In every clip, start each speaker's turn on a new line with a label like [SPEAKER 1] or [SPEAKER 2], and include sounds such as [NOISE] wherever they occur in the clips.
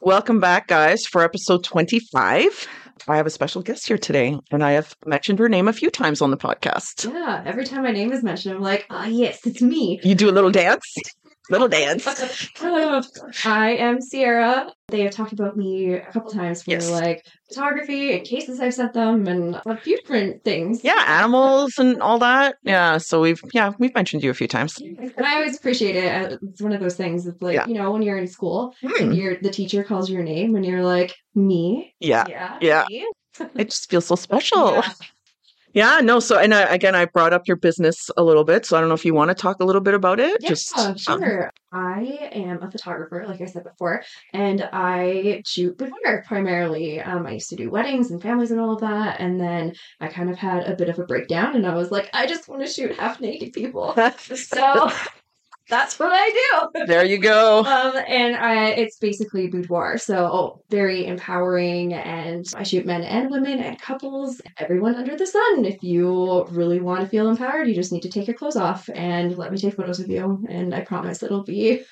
[SPEAKER 1] Welcome back, guys, for episode 25. I have a special guest here today, and I have mentioned her name a few times on the podcast.
[SPEAKER 2] Yeah, every time my name is mentioned, I'm like, ah, yes,
[SPEAKER 1] [LAUGHS]
[SPEAKER 2] it's me.
[SPEAKER 1] You do a little dance, little dance.
[SPEAKER 2] Hello, I am Sierra. They have talked about me a couple times for
[SPEAKER 1] Yes.
[SPEAKER 2] like photography and cases I've sent them and a few different things.
[SPEAKER 1] Yeah, animals and all that. Yeah, so we've yeah we've mentioned you a few times.
[SPEAKER 2] And I always appreciate it. Uh, It's one of those things that's like,
[SPEAKER 1] Yeah.
[SPEAKER 2] you know, when you're in school,
[SPEAKER 1] Hmm,
[SPEAKER 2] you're, the teacher calls your name and you're like, me?
[SPEAKER 1] Yeah,
[SPEAKER 2] Yeah.
[SPEAKER 1] yeah.
[SPEAKER 2] me?
[SPEAKER 1] it just feels so special.
[SPEAKER 2] Yeah.
[SPEAKER 1] Yeah, no. So, and I, again, I brought up your business a little bit. So, I don't know if you want to talk a little bit about it.
[SPEAKER 2] Yeah,
[SPEAKER 1] Just um,
[SPEAKER 2] sure. I am a photographer, like I said before, and I shoot boudoir primarily. Um, I used to do weddings and families and all of that, and then I kind of had a bit of a breakdown, and I was like, I just want to shoot half naked people.
[SPEAKER 1] [LAUGHS] um,
[SPEAKER 2] So that's what I do.
[SPEAKER 1] there you go.
[SPEAKER 2] Um, and I, it's basically boudoir, so oh, very empowering. And I shoot men and women and couples, everyone under the sun. If you really want to feel empowered, you just need to take your clothes off and let me take photos of you. And I promise it'll be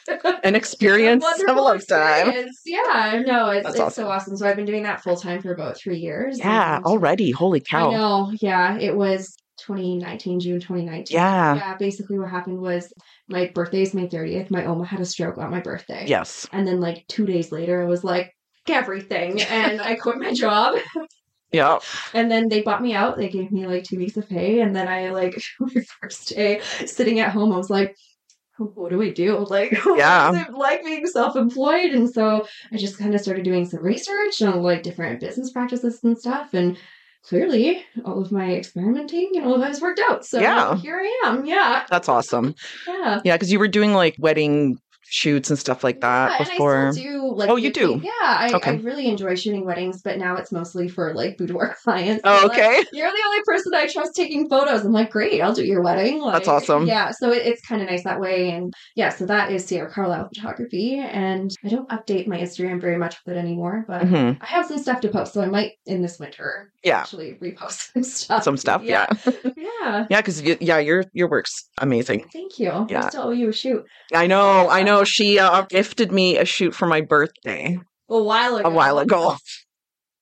[SPEAKER 1] An experience of a
[SPEAKER 2] wonderful
[SPEAKER 1] lifetime.
[SPEAKER 2] experience. Yeah, no, it's,
[SPEAKER 1] That's
[SPEAKER 2] it's so awesome. So I've been doing that full time for about three years.
[SPEAKER 1] Yeah, oh,
[SPEAKER 2] and
[SPEAKER 1] already. Holy
[SPEAKER 2] I
[SPEAKER 1] cow.
[SPEAKER 2] know. Yeah, it was 2019, June 2019.
[SPEAKER 1] Yeah.
[SPEAKER 2] Yeah, basically what happened was my birthday is May 30th. My Oma had a stroke on my birthday.
[SPEAKER 1] Yes.
[SPEAKER 2] And then like two days later, I was like, everything. And I quit my job.
[SPEAKER 1] Yeah.
[SPEAKER 2] And then they bought me out. They gave me like two weeks of pay. And then I like, [LAUGHS] my first day sitting at home, I was like, "Oh, what do we do? [LAUGHS] Like, what
[SPEAKER 1] Yeah.
[SPEAKER 2] is it like being self employed. And so I just kind of started doing some research on like different business practices and stuff. And clearly, all of my experimenting and all of that has worked out. So
[SPEAKER 1] Yeah.
[SPEAKER 2] here I am. Yeah.
[SPEAKER 1] That's awesome.
[SPEAKER 2] Yeah.
[SPEAKER 1] Yeah, because you were doing like wedding shoots and stuff like that
[SPEAKER 2] Yeah,
[SPEAKER 1] before.
[SPEAKER 2] And I still do, like,
[SPEAKER 1] Oh, you
[SPEAKER 2] weekly-
[SPEAKER 1] do?
[SPEAKER 2] Yeah, I, I
[SPEAKER 1] Okay.
[SPEAKER 2] really enjoy shooting weddings, but now it's mostly for like boudoir [LAUGHS] clients.
[SPEAKER 1] Oh,
[SPEAKER 2] They're like,
[SPEAKER 1] okay.
[SPEAKER 2] You're the only person I trust taking photos. I'm like, great, I'll do your wedding. Like,
[SPEAKER 1] awesome.
[SPEAKER 2] Yeah, so it, it's kind of nice that way. And yeah, so that is Sierra Carlisle Photography. And I don't update my Instagram very much with it anymore, but
[SPEAKER 1] hmm
[SPEAKER 2] I have some stuff to post. So I might in this winter
[SPEAKER 1] Yeah.
[SPEAKER 2] actually repost [LAUGHS] some stuff.
[SPEAKER 1] Some stuff. Yeah.
[SPEAKER 2] uh, Yeah. Yeah.
[SPEAKER 1] Yeah, because yeah, your your work's amazing.
[SPEAKER 2] Thank you.
[SPEAKER 1] Yeah.
[SPEAKER 2] I still owe you a shoot.
[SPEAKER 1] I know. I know. She uh, gifted me a shoot for my birthday
[SPEAKER 2] A while ago.
[SPEAKER 1] a while ago.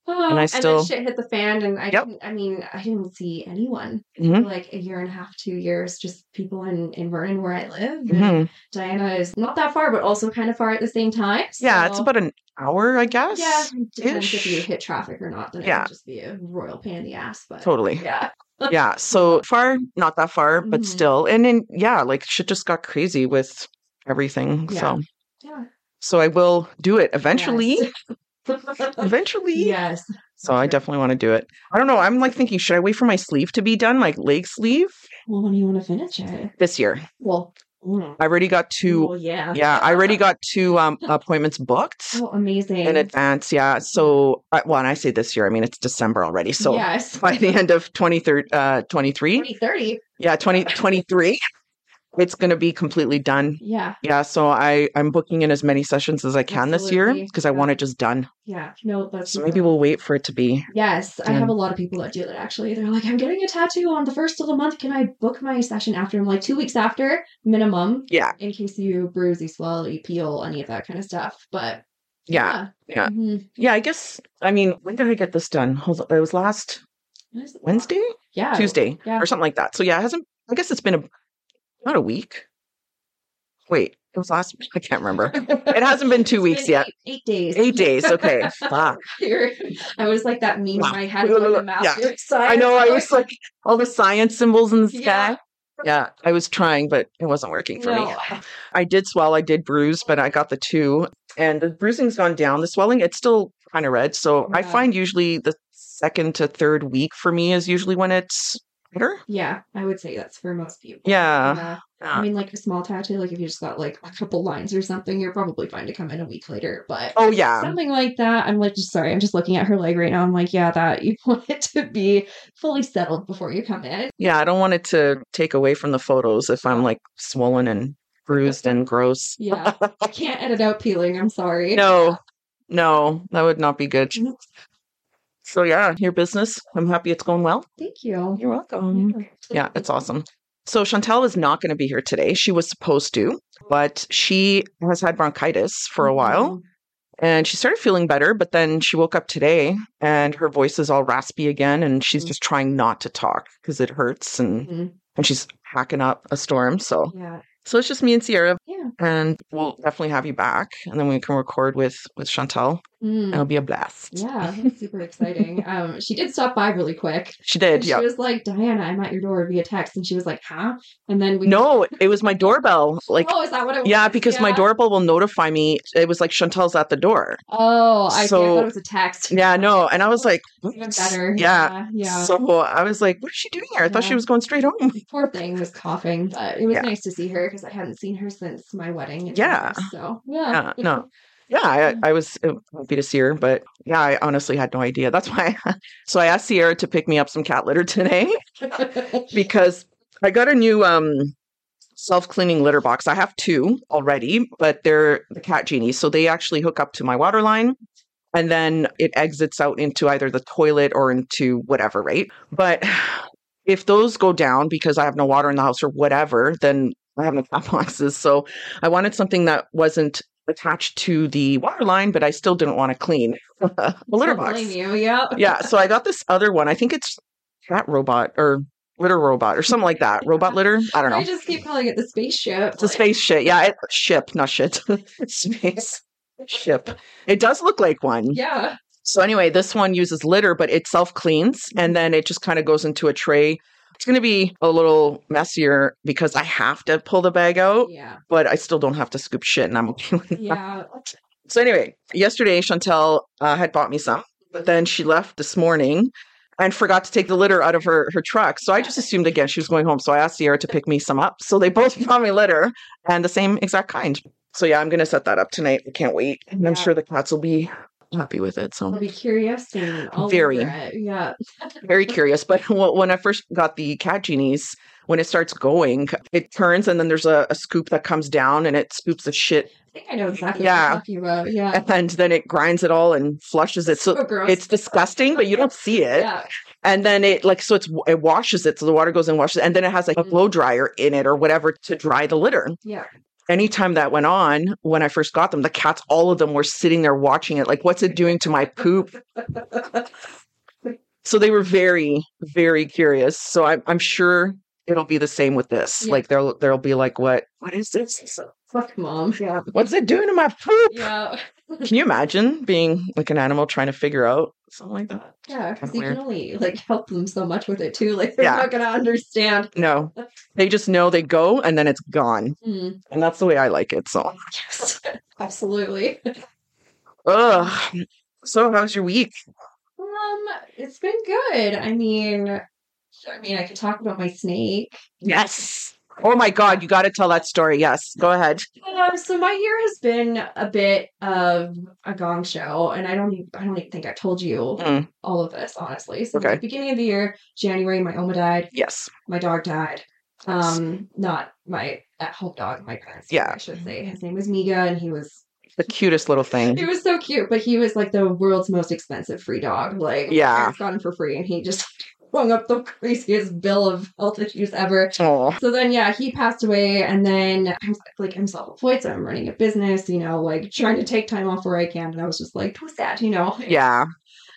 [SPEAKER 2] Oh,
[SPEAKER 1] I still-
[SPEAKER 2] then shit hit the fan, and I
[SPEAKER 1] Yep.
[SPEAKER 2] didn't, I mean I didn't see anyone
[SPEAKER 1] Mhm.
[SPEAKER 2] for like a year and a half, two years. Just people in in Vernon where I live. [LAUGHS] and
[SPEAKER 1] Mhm.
[SPEAKER 2] Diana is not that far, but also kind of far at the same time.
[SPEAKER 1] Yeah, it's
[SPEAKER 2] so-
[SPEAKER 1] about an hour, I guess.
[SPEAKER 2] yeah. it Depends if
[SPEAKER 1] ish.
[SPEAKER 2] you hit traffic or not. Then
[SPEAKER 1] Yeah.
[SPEAKER 2] it would just be a royal pain in the ass. But
[SPEAKER 1] Totally.
[SPEAKER 2] yeah,
[SPEAKER 1] [LAUGHS]
[SPEAKER 2] [LAUGHS]
[SPEAKER 1] yeah so far not that far but
[SPEAKER 2] Mhm.
[SPEAKER 1] still and then yeah like shit just got crazy with everything
[SPEAKER 2] Yeah.
[SPEAKER 1] so
[SPEAKER 2] yeah.
[SPEAKER 1] so i will do it eventually
[SPEAKER 2] [LAUGHS] Yes.
[SPEAKER 1] eventually
[SPEAKER 2] Yes.
[SPEAKER 1] so i
[SPEAKER 2] Sure.
[SPEAKER 1] definitely want to do it i don't know i'm like thinking should i wait for my sleeve to be done like leg sleeve
[SPEAKER 2] Well, when do you want to finish it?
[SPEAKER 1] this year
[SPEAKER 2] Well, mm,
[SPEAKER 1] i already got two
[SPEAKER 2] well, yeah.
[SPEAKER 1] yeah i already got two um appointments booked
[SPEAKER 2] Oh, amazing.
[SPEAKER 1] in advance yeah so I, well and i say this year i mean it's december already so
[SPEAKER 2] yes.
[SPEAKER 1] [LAUGHS] by the end of 23 uh 23
[SPEAKER 2] Twenty thirty.
[SPEAKER 1] yeah 2023 it's going to be completely done
[SPEAKER 2] Yeah.
[SPEAKER 1] yeah so i i'm booking in as many sessions as i can this year
[SPEAKER 2] Absolutely,
[SPEAKER 1] because i
[SPEAKER 2] yeah.
[SPEAKER 1] want it just done
[SPEAKER 2] Yeah. No, that's
[SPEAKER 1] so maybe we'll wait for it to be
[SPEAKER 2] Yes, I have
[SPEAKER 1] Done.
[SPEAKER 2] a lot of people that do that actually. They're like, I'm getting a tattoo on the first of the month. Can I book my session after? I'm like, two weeks after minimum,
[SPEAKER 1] yeah
[SPEAKER 2] in case you bruise, you swell, you peel, any of that kind of stuff. But
[SPEAKER 1] yeah yeah.
[SPEAKER 2] Mhm.
[SPEAKER 1] yeah i guess i mean when did i get this done hold on it was last
[SPEAKER 2] What is it?
[SPEAKER 1] wednesday
[SPEAKER 2] yeah, [LAUGHS]
[SPEAKER 1] tuesday
[SPEAKER 2] yeah.
[SPEAKER 1] or something like that so yeah it hasn't i guess it's been a not a week wait it was last [LAUGHS] i can't remember it hasn't been two
[SPEAKER 2] It's
[SPEAKER 1] weeks
[SPEAKER 2] been
[SPEAKER 1] yet
[SPEAKER 2] Eight, eight days.
[SPEAKER 1] eight
[SPEAKER 2] [LAUGHS]
[SPEAKER 1] days okay fuck
[SPEAKER 2] I was like that meme
[SPEAKER 1] Wow.
[SPEAKER 2] I had with like, the map.
[SPEAKER 1] Yeah.
[SPEAKER 2] You're excited.
[SPEAKER 1] i know i was like all the science symbols
[SPEAKER 2] [LAUGHS]
[SPEAKER 1] in the sky
[SPEAKER 2] Yeah.
[SPEAKER 1] yeah i was trying but it wasn't working for me
[SPEAKER 2] No.
[SPEAKER 1] I did swell, I did bruise, but I got the two, and the bruising's gone down. The swelling, it's still kind of red. So I
[SPEAKER 2] Yeah.
[SPEAKER 1] find usually the second to third week for me is usually when it's better.
[SPEAKER 2] Yeah, I would say that's for most people.
[SPEAKER 1] Yeah.
[SPEAKER 2] Yeah.
[SPEAKER 1] yeah.
[SPEAKER 2] I mean, like a small tattoo, like if you just got like a couple lines or something, you're probably fine to come in a week later. But
[SPEAKER 1] oh, yeah.
[SPEAKER 2] something like that. I'm like, just sorry, I'm just looking at her leg right now. I'm like, yeah, that you [LAUGHS] want it to be fully settled before you come in.
[SPEAKER 1] Yeah. I don't want it to take away from the photos if I'm like swollen and bruised and gross.
[SPEAKER 2] Yeah,
[SPEAKER 1] [LAUGHS]
[SPEAKER 2] I can't edit out peeling. I'm sorry.
[SPEAKER 1] No, Mm-hmm. no, that would not be good. So, yeah, your business. I'm happy it's going well.
[SPEAKER 2] Thank you.
[SPEAKER 1] You're welcome. Yeah, it's awesome. So Chantel is not going to be here today. She was supposed to, but she has had bronchitis for a while And she started feeling better, but then she woke up today and her voice is all raspy again. And she's
[SPEAKER 2] Mhm.
[SPEAKER 1] just trying not to talk because it hurts and,
[SPEAKER 2] Mhm.
[SPEAKER 1] and she's hacking up a storm. So
[SPEAKER 2] Yeah.
[SPEAKER 1] so it's just me and Sierra.
[SPEAKER 2] Yeah.
[SPEAKER 1] And we'll definitely have you back. And then we can record with with Chantel.
[SPEAKER 2] Mm.
[SPEAKER 1] And it'll be a blast. [LAUGHS]
[SPEAKER 2] Yeah, that's super exciting. Um, she did stop by really quick.
[SPEAKER 1] She did.
[SPEAKER 2] She
[SPEAKER 1] Yeah.
[SPEAKER 2] was like, Diana, I'm at your door via text. And she was like, huh? And then we.
[SPEAKER 1] No, it was
[SPEAKER 2] [LAUGHS]
[SPEAKER 1] my doorbell. Like
[SPEAKER 2] oh, is that what it was?
[SPEAKER 1] yeah, because my doorbell will notify me. It was like Chantel's at the door.
[SPEAKER 2] Oh, I, see. I
[SPEAKER 1] So-
[SPEAKER 2] thought it was a text. [LAUGHS]
[SPEAKER 1] Yeah, no. And I was like,
[SPEAKER 2] Even
[SPEAKER 1] "Whoops."
[SPEAKER 2] better.
[SPEAKER 1] Yeah.
[SPEAKER 2] Yeah. yeah.
[SPEAKER 1] So I was like, what is she doing here? I thought
[SPEAKER 2] Yeah.
[SPEAKER 1] she was going straight
[SPEAKER 2] [LAUGHS]
[SPEAKER 1] home.
[SPEAKER 2] Poor thing was coughing, but it was
[SPEAKER 1] Yeah.
[SPEAKER 2] nice to see her because I hadn't seen her since my wedding. in
[SPEAKER 1] Yeah.
[SPEAKER 2] years, So, yeah.
[SPEAKER 1] Yeah,
[SPEAKER 2] [LAUGHS]
[SPEAKER 1] no. Yeah, I, I was uh, happy to see her, but yeah, I honestly had no idea. That's why. [LAUGHS] so I asked Sierra to pick me up some cat litter today. because I got a new um self-cleaning litter box. I have two already, but they're the cat genie. So they actually hook up to my water line and then it exits out into either the toilet or into whatever, right? But if those go down because I have no water in the house or whatever, then I have no cat [LAUGHS] boxes. So I wanted something that wasn't attached to the water line, but I still didn't want to clean [LAUGHS] a litter
[SPEAKER 2] Don't
[SPEAKER 1] box
[SPEAKER 2] Blame you. Yeah.
[SPEAKER 1] yeah so i got this other one i think it's cat robot or litter robot or something like that robot litter i don't
[SPEAKER 2] I
[SPEAKER 1] know
[SPEAKER 2] just keep calling it the spaceship.
[SPEAKER 1] it's a space shit yeah it, ship not shit [LAUGHS] space ship it does look like one
[SPEAKER 2] Yeah.
[SPEAKER 1] so anyway this one uses litter but it self cleans and then it just kind of goes into a tray it's going to be a little messier because i have to pull the bag out
[SPEAKER 2] Yeah.
[SPEAKER 1] but i still don't have to scoop shit and i'm okay with that
[SPEAKER 2] Yeah.
[SPEAKER 1] so anyway, yesterday Chantel uh, had bought me some, but then she left this morning and forgot to take the litter out of her her truck. So I just assumed again she was going home. So I asked Sierra to pick me some up. So they both [LAUGHS] brought me litter and the same exact kind. So yeah, I'm gonna set that up tonight. I can't wait, and I'm
[SPEAKER 2] Yeah.
[SPEAKER 1] sure the cats will be happy with it.
[SPEAKER 2] I'll
[SPEAKER 1] So
[SPEAKER 2] [LAUGHS] be curious and all
[SPEAKER 1] Very.
[SPEAKER 2] over it. Yeah.
[SPEAKER 1] very curious. But [LAUGHS] wh- when I first got the cat genies. When it starts going, it turns and then there's a, a scoop that comes down and it scoops the shit
[SPEAKER 2] I think I know exactly
[SPEAKER 1] Yeah.
[SPEAKER 2] what you're talking about. Yeah.
[SPEAKER 1] [LAUGHS] and then it grinds it all and flushes it. So
[SPEAKER 2] Oh, gross.
[SPEAKER 1] it's disgusting, but you don't see it.
[SPEAKER 2] yeah.
[SPEAKER 1] and then it like so it's it washes it so the water goes and washes it, and then it has like a
[SPEAKER 2] Mm.
[SPEAKER 1] blow dryer in it or whatever to dry the litter
[SPEAKER 2] Yeah. [LAUGHS]
[SPEAKER 1] anytime that went on when i first got them the cats all of them were sitting there watching it like what's it doing to my poop so they were very very curious so i'm, I'm sure it'll be the same with this
[SPEAKER 2] Yeah.
[SPEAKER 1] like there'll there'll be like what what is this
[SPEAKER 2] Fuck mom. Yeah.
[SPEAKER 1] what's it doing to my poop
[SPEAKER 2] Yeah. [LAUGHS]
[SPEAKER 1] can you imagine being like an animal trying to figure out something like that
[SPEAKER 2] Yeah. Because
[SPEAKER 1] Kinda
[SPEAKER 2] you
[SPEAKER 1] weird.
[SPEAKER 2] can only like help them so much with it too. Like they're
[SPEAKER 1] Yeah.
[SPEAKER 2] not gonna understand.
[SPEAKER 1] no they just know they go and then it's gone
[SPEAKER 2] Mm,
[SPEAKER 1] and that's the way i like it so
[SPEAKER 2] [LAUGHS] absolutely.
[SPEAKER 1] Ugh. So how's your week?
[SPEAKER 2] Um, it's been good. I mean, I mean, I could talk about my snake.
[SPEAKER 1] Yes. Oh my god, you gotta tell that story. Yes. Go ahead.
[SPEAKER 2] Um, so my year has been a bit of a gong show, and I don't, even, I don't even think I told you
[SPEAKER 1] Mm.
[SPEAKER 2] all of this, honestly. So
[SPEAKER 1] Okay.
[SPEAKER 2] at the beginning of the year, January, my Oma died,
[SPEAKER 1] Yes.
[SPEAKER 2] my dog died.
[SPEAKER 1] Yes.
[SPEAKER 2] Um, not my at-home dog, my parents. dog,
[SPEAKER 1] Yeah.
[SPEAKER 2] I should say his name was Miga, and he was
[SPEAKER 1] The cutest little
[SPEAKER 2] he
[SPEAKER 1] thing.
[SPEAKER 2] was so cute, but he was like the world's most expensive free dog. Like, my
[SPEAKER 1] Yeah.
[SPEAKER 2] parents got him for free, and he just [LAUGHS] hung up the craziest bill of health issues ever.
[SPEAKER 1] Oh.
[SPEAKER 2] So then, yeah, he passed away, and then I'm like, I'm self-employed, so I'm running a business, you know, like trying to take time off where I can. And I was just like, too sad, you know.
[SPEAKER 1] Yeah.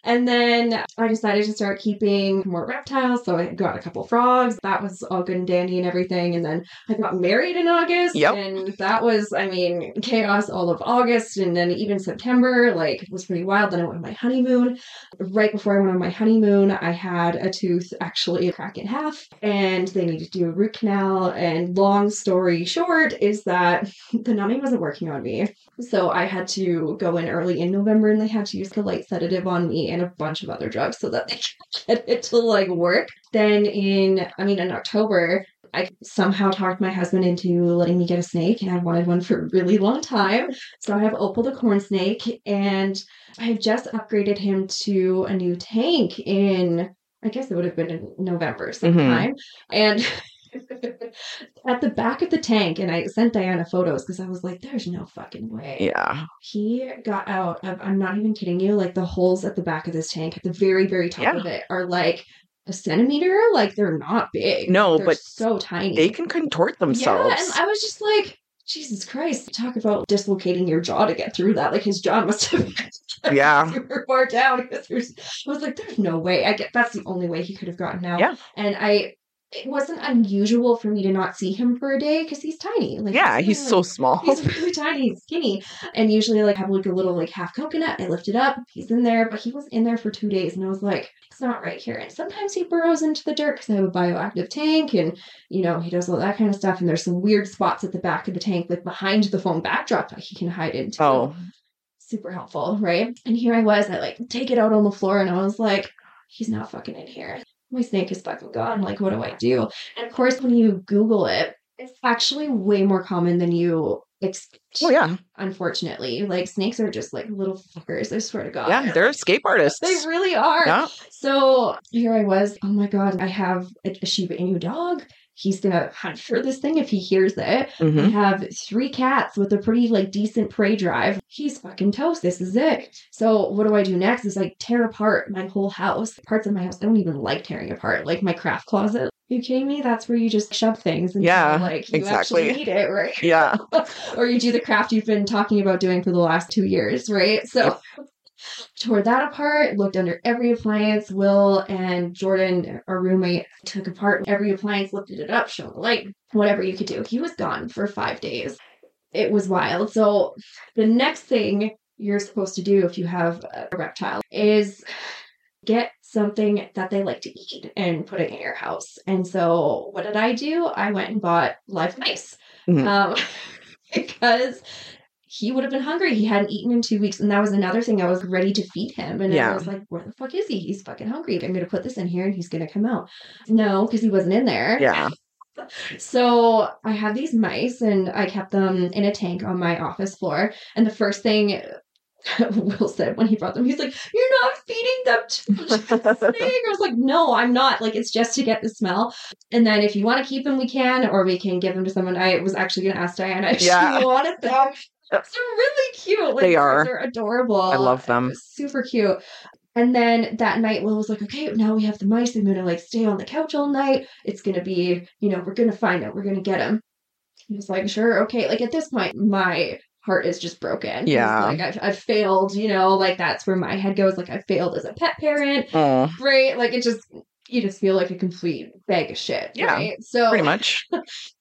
[SPEAKER 2] And then I decided to start keeping more reptiles, so I got a couple frogs. That was all good and dandy and everything. And then I got married in August,
[SPEAKER 1] Yep.
[SPEAKER 2] and that was, I mean, chaos all of August, and then even September, like, was pretty wild. Then I went on my honeymoon. Right before I went on my honeymoon, I had a tooth actually crack in half, and they needed to do a root canal. And long story short is that [LAUGHS] the numbing wasn't working on me. So I had to go in early in November and they had to use the light sedative on me and a bunch of other drugs so that they could [LAUGHS] get it to like work. Then in, I mean, in October, I somehow talked my husband into letting me get a snake and I wanted one for a really long time. So I have Opal the corn snake and I've just upgraded him to a new tank in, I guess it would have been in November sometime. And [LAUGHS] at the back of the tank, and I sent Diana photos because I was like, there's no fucking way
[SPEAKER 1] Yeah.
[SPEAKER 2] he got out of i'm not even kidding you like the holes at the back of this tank at the very very top
[SPEAKER 1] Yeah.
[SPEAKER 2] of it are like a centimeter like they're not big
[SPEAKER 1] No,
[SPEAKER 2] They're
[SPEAKER 1] but
[SPEAKER 2] so tiny
[SPEAKER 1] They can contort
[SPEAKER 2] yeah
[SPEAKER 1] themselves.
[SPEAKER 2] and i was just like Jesus Christ, talk about dislocating your jaw to get through that. Like his jaw must have been [LAUGHS]
[SPEAKER 1] Yeah.
[SPEAKER 2] super far down. [LAUGHS] He was- he was- I was like, there's no way. I get that's the only way he could have gotten out.
[SPEAKER 1] Yeah.
[SPEAKER 2] And I it wasn't unusual for me to not see him for a day because he's tiny. Like
[SPEAKER 1] Yeah,
[SPEAKER 2] really,
[SPEAKER 1] he's so small.
[SPEAKER 2] He's really tiny, he's skinny, and usually like have like a little like half coconut. I lift it up, he's in there, but he was in there for two days, and I was like, it's not right here. And sometimes he burrows into the dirt because I have a bioactive tank, and you know he does all that kind of stuff. And there's some weird spots at the back of the tank, like behind the foam backdrop, that he can hide into
[SPEAKER 1] Oh,
[SPEAKER 2] super helpful, right? And here I was, I like take it out on the floor and I was like, he's not fucking in here. My snake is fucking gone. Like, what do I do? And of course, when you Google it, it's actually way more common than you expect.
[SPEAKER 1] well, oh yeah.
[SPEAKER 2] Unfortunately, like snakes are just like little fuckers. I swear to God.
[SPEAKER 1] Yeah, they're escape artists.
[SPEAKER 2] They really are.
[SPEAKER 1] Yeah.
[SPEAKER 2] So here I was. Oh my God, I have a, a Shiba Inu dog. He's gonna hunt for this thing if he hears it.
[SPEAKER 1] hmm
[SPEAKER 2] I have three cats with a pretty like decent prey drive. He's fucking toast. This is it. So what do I do next? Is like tear apart my whole house. Parts of my house I don't even like tearing apart, like my craft closet. you kidding me? That's where you just shove things and
[SPEAKER 1] Yeah,
[SPEAKER 2] like you
[SPEAKER 1] exactly.
[SPEAKER 2] actually need it, right? [LAUGHS]
[SPEAKER 1] Yeah.
[SPEAKER 2] or you do the craft you've been talking about doing for the last two years, right? So tore that apart, looked under every appliance. Will and Jordan, our roommate, took apart every appliance, lifted it up, shone the light, whatever you could do. He was gone for five days. It was wild. So the next thing you're supposed to do if you have a reptile is get something that they like to eat and put it in your house. And so what did I do? I went and bought live mice.
[SPEAKER 1] Mhm.
[SPEAKER 2] Um, [LAUGHS] because he would have been hungry. He hadn't eaten in two weeks. And that was another thing. I was ready to feed him. And I
[SPEAKER 1] Yeah.
[SPEAKER 2] was like, where the fuck is he? He's fucking hungry. I'm going to put this in here and he's going to come out. No, because he wasn't in there.
[SPEAKER 1] [LAUGHS] Yeah.
[SPEAKER 2] So I had these mice and I kept them in a tank on my office floor. And the first thing [LAUGHS] Will said when he brought them, he's like, You're not feeding them
[SPEAKER 1] [LAUGHS]
[SPEAKER 2] to the snake. I was like, No, I'm not. Like, it's just to get the smell. And then if you want to keep them, we can, or we can give them to someone. I was actually going to ask Diana if
[SPEAKER 1] Yeah.
[SPEAKER 2] she
[SPEAKER 1] [LAUGHS]
[SPEAKER 2] wanted them. They're really cute. Like,
[SPEAKER 1] They are.
[SPEAKER 2] They're adorable.
[SPEAKER 1] I love them.
[SPEAKER 2] Super cute. And then that night, Will was like, okay, now we have the mice. I'm going to like stay on the couch all night. It's going to be, you know, we're going to find out. We're going to get him. He was like, sure, okay. Like at this point, my heart is just broken. He's
[SPEAKER 1] Yeah.
[SPEAKER 2] Like I've, I've failed, you know, like that's where my head goes. Like I failed as a pet parent,
[SPEAKER 1] Oh,
[SPEAKER 2] right? Like it just, you just feel like a complete bag of shit.
[SPEAKER 1] Yeah,
[SPEAKER 2] Right? So
[SPEAKER 1] pretty much.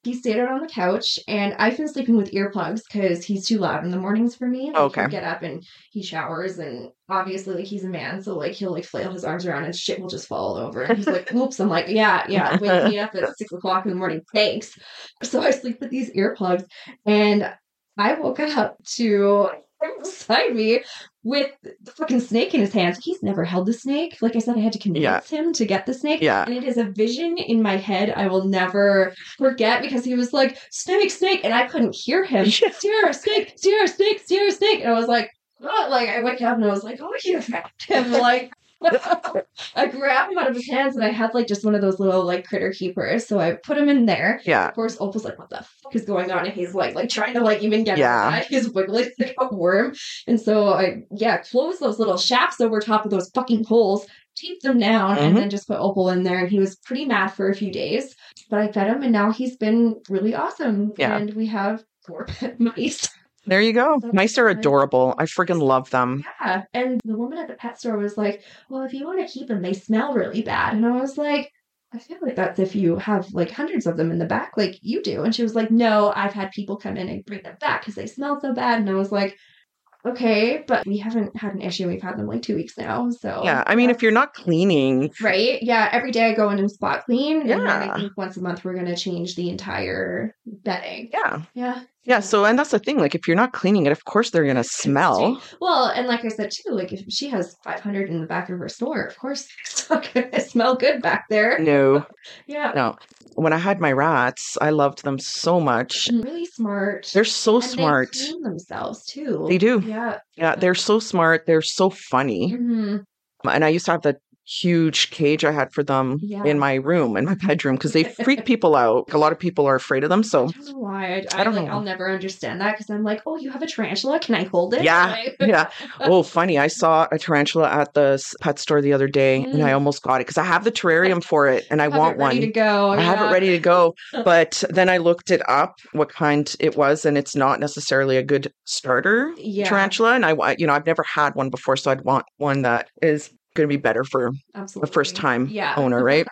[SPEAKER 2] he stayed out on the couch and I've been sleeping with earplugs because he's too loud in the mornings for me. Like,
[SPEAKER 1] Okay.
[SPEAKER 2] he'll get up and he showers and obviously like he's a man, so like he'll like flail his arms around and shit will just fall all over. And he's like, Oops, I'm like, Yeah, yeah, wake me up at six o'clock in the morning. Thanks. So I sleep with these earplugs and I woke up to beside me with the fucking snake in his hands. He's never held the snake. Like I said, I had to convince him to get the snake.
[SPEAKER 1] Yeah.
[SPEAKER 2] And it is a vision in my head I will never forget because he was like, snake, snake. And I couldn't hear him.
[SPEAKER 1] Yeah.
[SPEAKER 2] Deer, snake, deer, snake, deer, snake. And I was like, oh, like I wake up and I was like, oh, you found
[SPEAKER 1] [LAUGHS]
[SPEAKER 2] him. Like, [LAUGHS] I grabbed him out of his hands and I had like just one of those little like critter keepers. So I put him in there.
[SPEAKER 1] Yeah.
[SPEAKER 2] Of course, Opal's like, "What the fuck is going on?" And he's like, like trying to like even get
[SPEAKER 1] Yeah.
[SPEAKER 2] yeah. [LAUGHS] He's wiggling like a worm, and so I yeah closed those little shafts over top of those fucking holes, taped them down, and
[SPEAKER 1] Mhm.
[SPEAKER 2] then just put Opal in there. And he was pretty mad for a few days, but I fed him, and now he's been really awesome.
[SPEAKER 1] Yeah.
[SPEAKER 2] and we have four pet mice.
[SPEAKER 1] There you go.
[SPEAKER 2] That's
[SPEAKER 1] Mice are
[SPEAKER 2] nice.
[SPEAKER 1] adorable. I freaking love them.
[SPEAKER 2] Yeah, and the woman at the pet store was like, "Well, if you want to keep them, they smell really bad." And I was like, "I feel like that's if you have like hundreds of them in the back, like you do." And she was like, "No, I've had people come in and bring them back because they smell so bad." And I was like, "Okay, but we haven't had an issue. We've had them like two weeks now, so
[SPEAKER 1] Yeah. I mean, if you're not cleaning,
[SPEAKER 2] right, yeah, every day I go in and spot clean. and then
[SPEAKER 1] Yeah.
[SPEAKER 2] I think once a month we're gonna change the entire bedding.
[SPEAKER 1] yeah.
[SPEAKER 2] Yeah,
[SPEAKER 1] Yeah. So, and that's the thing. Like, if you're not cleaning it, of course they're going to smell.
[SPEAKER 2] Well, and like I said too, like if she has 500 in the back of her store, of course [LAUGHS] it's not going to smell good back there. [LAUGHS]
[SPEAKER 1] No,
[SPEAKER 2] Yeah.
[SPEAKER 1] no. When I had my rats, I loved them so much.
[SPEAKER 2] And Really smart.
[SPEAKER 1] They're so
[SPEAKER 2] And they
[SPEAKER 1] smart.
[SPEAKER 2] clean themselves too.
[SPEAKER 1] They do.
[SPEAKER 2] Yeah.
[SPEAKER 1] Yeah. They're so smart. They're so funny.
[SPEAKER 2] hmm
[SPEAKER 1] And I used to have the huge cage I had for them
[SPEAKER 2] Yeah.
[SPEAKER 1] in my room, in my [LAUGHS] bedroom, because they
[SPEAKER 2] [LAUGHS]
[SPEAKER 1] freak people out. A lot of people are afraid of them.
[SPEAKER 2] I [LAUGHS]
[SPEAKER 1] So,
[SPEAKER 2] don't know why. I, I,
[SPEAKER 1] I don't
[SPEAKER 2] like,
[SPEAKER 1] know.
[SPEAKER 2] I'll never understand that because I'm like, oh, you have a tarantula. Can I hold it?
[SPEAKER 1] Yeah,
[SPEAKER 2] Like-
[SPEAKER 1] yeah. oh, funny. I saw a tarantula at the s- pet store the other day and I
[SPEAKER 2] Mm.
[SPEAKER 1] almost got it because I have the
[SPEAKER 2] [LAUGHS]
[SPEAKER 1] terrarium for it and I
[SPEAKER 2] have it
[SPEAKER 1] want
[SPEAKER 2] ready
[SPEAKER 1] one.
[SPEAKER 2] to go.
[SPEAKER 1] I have
[SPEAKER 2] yeah.
[SPEAKER 1] it ready to
[SPEAKER 2] [LAUGHS]
[SPEAKER 1] go. But then I looked it up what kind it was, and it's not necessarily a good starter
[SPEAKER 2] Yeah,
[SPEAKER 1] tarantula. And I, wa- you know, I've never had one before, so I'd want one that is going to be better for a
[SPEAKER 2] absolutely.
[SPEAKER 1] first time
[SPEAKER 2] Yeah.
[SPEAKER 1] owner,
[SPEAKER 2] [LAUGHS]
[SPEAKER 1] right?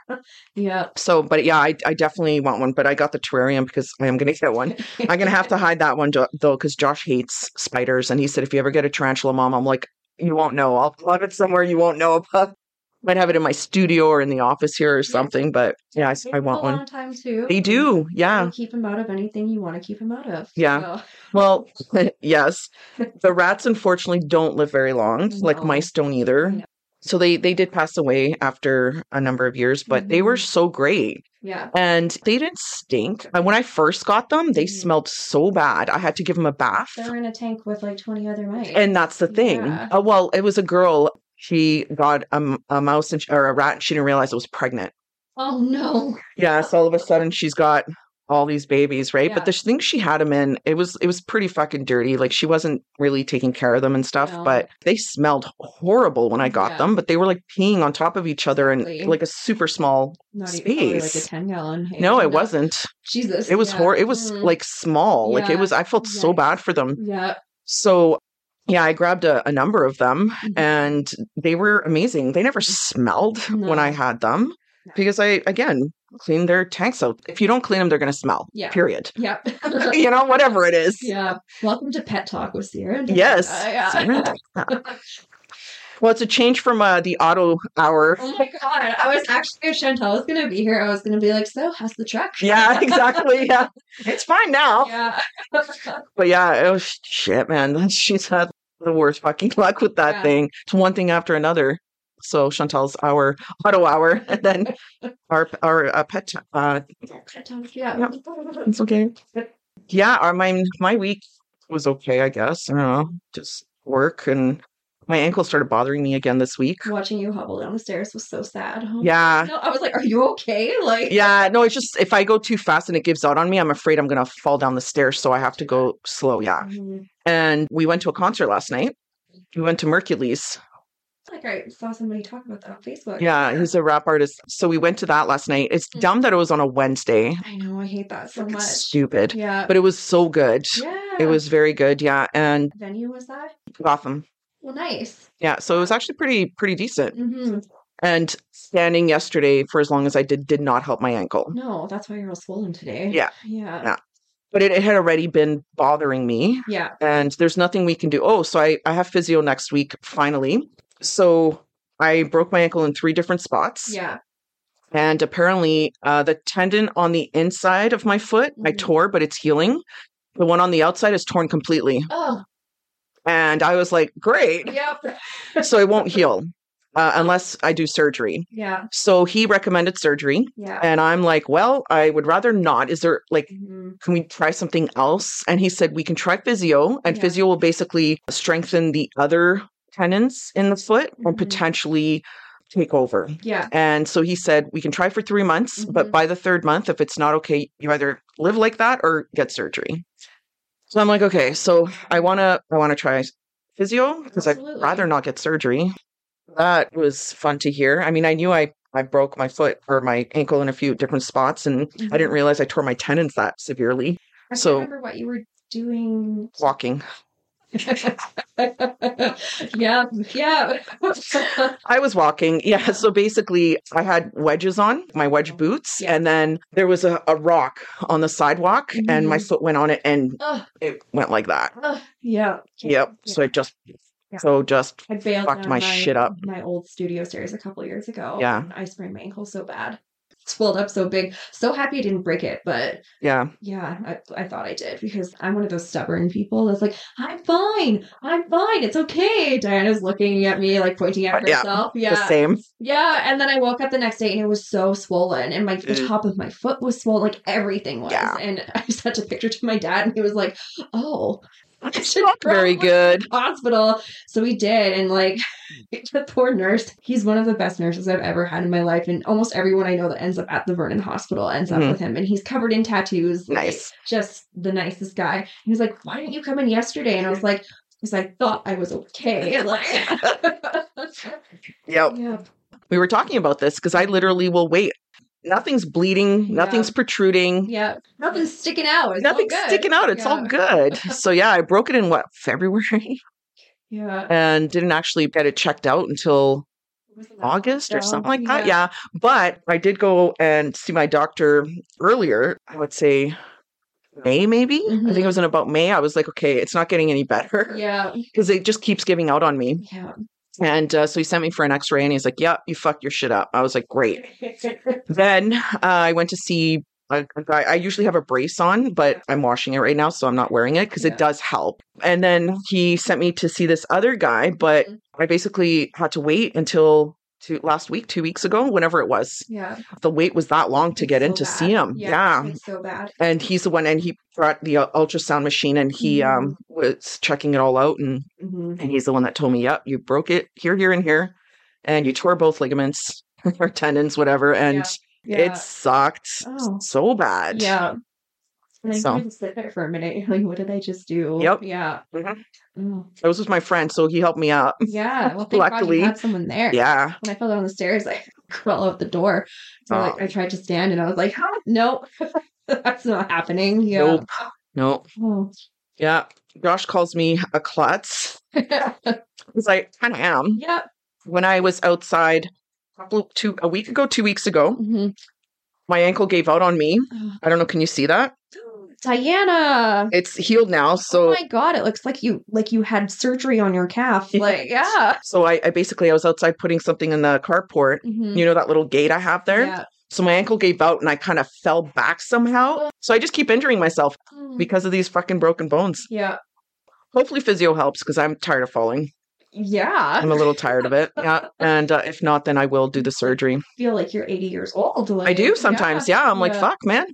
[SPEAKER 2] Yeah.
[SPEAKER 1] So, but yeah, I, I definitely want one, but I got the terrarium because I am going to [LAUGHS] get one. I'm going to have to hide that one jo- though, because Josh hates spiders. And he said, if you ever get a tarantula mom, I'm like, you won't know. I'll plug it somewhere you won't know about. Might have it in my studio or in the office here or something, but yeah, I s I I
[SPEAKER 2] [LAUGHS] They
[SPEAKER 1] want
[SPEAKER 2] live
[SPEAKER 1] one.
[SPEAKER 2] A long time too.
[SPEAKER 1] They do. Yeah.
[SPEAKER 2] You keep them out of anything you want to keep them out of.
[SPEAKER 1] Yeah.
[SPEAKER 2] So,
[SPEAKER 1] Well, [LAUGHS]
[SPEAKER 2] [LAUGHS]
[SPEAKER 1] yes. The rats unfortunately don't live very long, like
[SPEAKER 2] No.
[SPEAKER 1] mice don't either.
[SPEAKER 2] No.
[SPEAKER 1] So they they did pass away after a number of years, but they were
[SPEAKER 2] Mhm.
[SPEAKER 1] so great.
[SPEAKER 2] yeah.
[SPEAKER 1] And they didn't stink. And when I first got them, they
[SPEAKER 2] Mhm.
[SPEAKER 1] smelled so bad. I had to give them a bath.
[SPEAKER 2] They're in a tank with like 20 other mice.
[SPEAKER 1] And that's the thing.
[SPEAKER 2] Yeah.
[SPEAKER 1] Uh, well, it was a girl. She got a, m- a mouse and sh- or a rat and she didn't realize it was pregnant.
[SPEAKER 2] oh no.
[SPEAKER 1] Yeah, so all of a sudden she's got all these babies, right?
[SPEAKER 2] Yeah.
[SPEAKER 1] But the sh- thing she had them in, it was it was pretty fucking dirty. Like she wasn't really taking care of them and stuff,
[SPEAKER 2] No.
[SPEAKER 1] but they smelled horrible when I got
[SPEAKER 2] Yeah.
[SPEAKER 1] them, but they were like peeing on top of each other
[SPEAKER 2] Exactly.
[SPEAKER 1] and like a super small
[SPEAKER 2] Not even probably, like a
[SPEAKER 1] Space.
[SPEAKER 2] 10 gallon. hey,
[SPEAKER 1] No, it wasn't.
[SPEAKER 2] Jesus.
[SPEAKER 1] It was
[SPEAKER 2] yeah.
[SPEAKER 1] hor it was
[SPEAKER 2] Mm.
[SPEAKER 1] like small. Like
[SPEAKER 2] Yeah.
[SPEAKER 1] it was I felt so
[SPEAKER 2] Yikes.
[SPEAKER 1] bad for them.
[SPEAKER 2] Yeah.
[SPEAKER 1] So yeah, I grabbed a, a number of them
[SPEAKER 2] Mhm.
[SPEAKER 1] and they were amazing. They never smelled when I
[SPEAKER 2] Mm. No.
[SPEAKER 1] had them
[SPEAKER 2] No.
[SPEAKER 1] because I, again, cleaned their tanks out. If you don't clean them, they're going to smell,
[SPEAKER 2] Yeah.
[SPEAKER 1] period.
[SPEAKER 2] [LAUGHS] Yep.
[SPEAKER 1] you know, whatever it is.
[SPEAKER 2] yeah. [LAUGHS] Welcome to Pet Talk with Sierra. and
[SPEAKER 1] Yes.
[SPEAKER 2] Dakota. [LAUGHS] Yeah.
[SPEAKER 1] Well, it's a change from uh, the auto hour.
[SPEAKER 2] Oh my god! I was actually Chantal was gonna be here. I was gonna be like, "So, how's the truck?"
[SPEAKER 1] Yeah, [LAUGHS] exactly. Yeah. It's fine now.
[SPEAKER 2] yeah. [LAUGHS]
[SPEAKER 1] But yeah, it was shit, man. [LAUGHS] She's had the worst fucking [LAUGHS] luck with that
[SPEAKER 2] Yeah.
[SPEAKER 1] thing. It's one thing after another. So Chantal's our [LAUGHS] auto hour, and then our our uh, pet. Uh,
[SPEAKER 2] Pet Talk, yeah.
[SPEAKER 1] it's okay. Yeah, our, my my week was okay, I guess. I don't know, just work, and my ankle started bothering me again this week.
[SPEAKER 2] Watching you hobble down the stairs was so sad. Oh my
[SPEAKER 1] Yeah,
[SPEAKER 2] No, I was like, "Are you okay?" Like,
[SPEAKER 1] yeah. No, it's just if I go too fast and it gives out on me, I'm afraid I'm gonna fall down the stairs, so I have to go slow. Yeah.
[SPEAKER 2] Mhm.
[SPEAKER 1] And we went to a concert last night. We went to Mercules.
[SPEAKER 2] Like I saw somebody talk about that on Facebook.
[SPEAKER 1] Yeah, he's a rap artist. So we went to that last night. It's
[SPEAKER 2] Mm.
[SPEAKER 1] dumb that it was on a Wednesday.
[SPEAKER 2] I know. I hate that so
[SPEAKER 1] Fucking
[SPEAKER 2] much.
[SPEAKER 1] stupid.
[SPEAKER 2] Yeah.
[SPEAKER 1] But it was so good.
[SPEAKER 2] yeah.
[SPEAKER 1] It was very good. Yeah. And
[SPEAKER 2] venue was that?
[SPEAKER 1] Gotham.
[SPEAKER 2] Well, nice.
[SPEAKER 1] Yeah. So it was actually pretty, pretty decent.
[SPEAKER 2] hmm
[SPEAKER 1] And standing yesterday for as long as I did did not help my ankle.
[SPEAKER 2] No, that's why you're all swollen today.
[SPEAKER 1] Yeah.
[SPEAKER 2] Yeah.
[SPEAKER 1] Yeah. But it, it had already been bothering me.
[SPEAKER 2] Yeah.
[SPEAKER 1] And there's nothing we can do. Oh, so I, I have physio next week, finally. So I broke my ankle in three different spots.
[SPEAKER 2] Yeah.
[SPEAKER 1] And apparently, uh, the tendon on the inside of my foot, I
[SPEAKER 2] Mhm.
[SPEAKER 1] tore, but it's healing. The one on the outside is torn completely.
[SPEAKER 2] Oh,
[SPEAKER 1] And I was like, great.
[SPEAKER 2] yep.
[SPEAKER 1] So it won't heal uh, unless I do surgery.
[SPEAKER 2] Yeah.
[SPEAKER 1] So he recommended surgery.
[SPEAKER 2] Yeah.
[SPEAKER 1] And I'm like, well, I would rather not. Is there like,
[SPEAKER 2] Mhm.
[SPEAKER 1] can we try something else? And he said, we can try physio, and
[SPEAKER 2] Yeah.
[SPEAKER 1] physio will basically strengthen the other tendons in the foot and
[SPEAKER 2] Mhm.
[SPEAKER 1] potentially take over.
[SPEAKER 2] Yeah.
[SPEAKER 1] And so he said, we can try for three months, but
[SPEAKER 2] Mhm.
[SPEAKER 1] by the third month, if it's not okay, you either live like that or get surgery. So I'm like, okay, so I wanna I wanna try physio because I'd
[SPEAKER 2] Absolutely.
[SPEAKER 1] rather not get surgery. That was fun to hear. I mean, I knew I I broke my foot or my ankle in a few different spots and
[SPEAKER 2] Mm-hmm.
[SPEAKER 1] I didn't realize I tore my tendons that severely
[SPEAKER 2] I
[SPEAKER 1] so-
[SPEAKER 2] can't remember what you were doing. [LAUGHS]
[SPEAKER 1] walking.
[SPEAKER 2] yeah. Yeah. [LAUGHS] Oh,
[SPEAKER 1] I was walking. [LAUGHS] Yeah. So basically I had wedges on, my wedge
[SPEAKER 2] Oh,
[SPEAKER 1] boots,
[SPEAKER 2] yeah.
[SPEAKER 1] and then there was a, a rock on the sidewalk and my
[SPEAKER 2] Mhm.
[SPEAKER 1] foot went on it and
[SPEAKER 2] Ugh,
[SPEAKER 1] it went like that.
[SPEAKER 2] ugh, oh. yeah.
[SPEAKER 1] Yep.
[SPEAKER 2] Yeah.
[SPEAKER 1] So it just,
[SPEAKER 2] Yeah.
[SPEAKER 1] so just,
[SPEAKER 2] I bailed
[SPEAKER 1] fucked
[SPEAKER 2] down
[SPEAKER 1] my shit up.
[SPEAKER 2] My old studio stairs a couple years ago.
[SPEAKER 1] Yeah.
[SPEAKER 2] and I sprained my ankle so bad. It's swelled up so big. So happy I didn't break it, but
[SPEAKER 1] yeah.
[SPEAKER 2] yeah, I, I thought I did because I'm one of those stubborn people that's like, I'm fine, I'm fine, it's okay. Diana's looking at me like pointing at
[SPEAKER 1] Uh, yeah,
[SPEAKER 2] herself. Yeah,
[SPEAKER 1] The same.
[SPEAKER 2] yeah. And then I woke up the next day and it was so swollen, and my the
[SPEAKER 1] Mm.
[SPEAKER 2] top of my [LAUGHS] foot was swollen, like everything was.
[SPEAKER 1] Yeah.
[SPEAKER 2] And I sent a picture to my dad, and he was like, "Oh, [LAUGHS] It's
[SPEAKER 1] not very good.
[SPEAKER 2] hospital. So we did. And like
[SPEAKER 1] Mm.
[SPEAKER 2] [LAUGHS] the poor nurse, he's one of the best nurses I've ever had in my life. And almost everyone I know that ends up at the Vernon Hospital ends
[SPEAKER 1] Mhm.
[SPEAKER 2] up with him. And he's covered in tattoos. like,
[SPEAKER 1] Nice.
[SPEAKER 2] Just the nicest guy. And he was like, Why didn't you come in yesterday? And I was like, because I thought I
[SPEAKER 1] [LAUGHS]
[SPEAKER 2] was okay. Like,
[SPEAKER 1] Yep.
[SPEAKER 2] yeah,
[SPEAKER 1] We were talking about this because I literally will wait. Nothing's bleeding,
[SPEAKER 2] Yeah.
[SPEAKER 1] nothing's protruding,
[SPEAKER 2] yeah. Nothing's sticking out. It's all
[SPEAKER 1] nothing's
[SPEAKER 2] good.
[SPEAKER 1] sticking out. It's all
[SPEAKER 2] Yeah. [LAUGHS]
[SPEAKER 1] good. so yeah, I broke it in what February [LAUGHS]
[SPEAKER 2] Yeah.
[SPEAKER 1] and didn't actually get it checked out until August or something like that. Yeah. But I did go and see my doctor earlier. I would say May, maybe. I
[SPEAKER 2] Mm-hmm.
[SPEAKER 1] think it was in about May. I was like, okay, it's not getting any better
[SPEAKER 2] Yeah.
[SPEAKER 1] because it just keeps giving out on me.
[SPEAKER 2] Yeah.
[SPEAKER 1] And uh, so he sent me for an x ray and he's like, yeah, you fucked your shit up. I was like, great. Then uh, I went to see. a a guy. I usually have a brace on, but I'm washing it right now, so I'm not wearing it because
[SPEAKER 2] Yeah.
[SPEAKER 1] it does help. And then he sent me to see this other guy, [LAUGHS] but
[SPEAKER 2] Mhm.
[SPEAKER 1] I basically had to wait until two, last week, two weeks ago, whenever it was.
[SPEAKER 2] Yeah.
[SPEAKER 1] The wait was that long to
[SPEAKER 2] It's
[SPEAKER 1] get in
[SPEAKER 2] so
[SPEAKER 1] to see
[SPEAKER 2] bad.
[SPEAKER 1] him.
[SPEAKER 2] Yeah.
[SPEAKER 1] Yeah.
[SPEAKER 2] It's so bad.
[SPEAKER 1] And he's the one, and he brought the uh, ultrasound machine, and he
[SPEAKER 2] Mhm.
[SPEAKER 1] um, was checking it all out, and
[SPEAKER 2] Mm-hmm.
[SPEAKER 1] and he's the one that told me, "Yep, you broke it here, here, and here, and you tore both ligaments [LAUGHS] or tendons, whatever." And
[SPEAKER 2] Yeah.
[SPEAKER 1] it sucked
[SPEAKER 2] Oh.
[SPEAKER 1] so bad.
[SPEAKER 2] yeah. And I
[SPEAKER 1] So.
[SPEAKER 2] couldn't sit there for a minute. [LAUGHS] You're like, what did I just do?
[SPEAKER 1] Yep.
[SPEAKER 2] Yeah.
[SPEAKER 1] Mhm.
[SPEAKER 2] Oh,
[SPEAKER 1] I was with my friend, so he helped me out.
[SPEAKER 2] yeah. Well, thank God
[SPEAKER 1] [LAUGHS] Luckily.
[SPEAKER 2] you had someone there.
[SPEAKER 1] Yeah.
[SPEAKER 2] When I fell down the stairs, I [LAUGHS] crawled out the door. So like,
[SPEAKER 1] Oh.
[SPEAKER 2] I tried to stand, and I was like, huh? "No, [LAUGHS] that's not happening." Yeah.
[SPEAKER 1] Nope. No.
[SPEAKER 2] Oh.
[SPEAKER 1] Yeah. Josh calls me a
[SPEAKER 2] [LAUGHS]
[SPEAKER 1] klutz because I kind of am.
[SPEAKER 2] yep.
[SPEAKER 1] When I was outside, a couple two a week ago, two weeks ago,
[SPEAKER 2] hmm
[SPEAKER 1] my ankle gave out on me. I don't know. Can you see that?
[SPEAKER 2] [GASPS] Diana.
[SPEAKER 1] It's healed now.
[SPEAKER 2] oh
[SPEAKER 1] So
[SPEAKER 2] my god, it looks like you like you had surgery on your calf. Like, yeah.
[SPEAKER 1] so I, I basically I was outside putting something in the carport.
[SPEAKER 2] Mhm.
[SPEAKER 1] You know that little gate I have there.
[SPEAKER 2] Yeah.
[SPEAKER 1] So my ankle gave out and I kind of fell back somehow. So I just keep injuring myself
[SPEAKER 2] Mm.
[SPEAKER 1] because of these fucking broken bones.
[SPEAKER 2] yeah.
[SPEAKER 1] Hopefully physio helps because I'm tired of falling.
[SPEAKER 2] Yeah.
[SPEAKER 1] I'm a little tired of it. Yeah. And uh, if not, then I will do the surgery.
[SPEAKER 2] feel like you're 80 years old.
[SPEAKER 1] I
[SPEAKER 2] like, [LAUGHS]
[SPEAKER 1] do sometimes. Yeah. I'm like,
[SPEAKER 2] yeah.
[SPEAKER 1] fuck, man.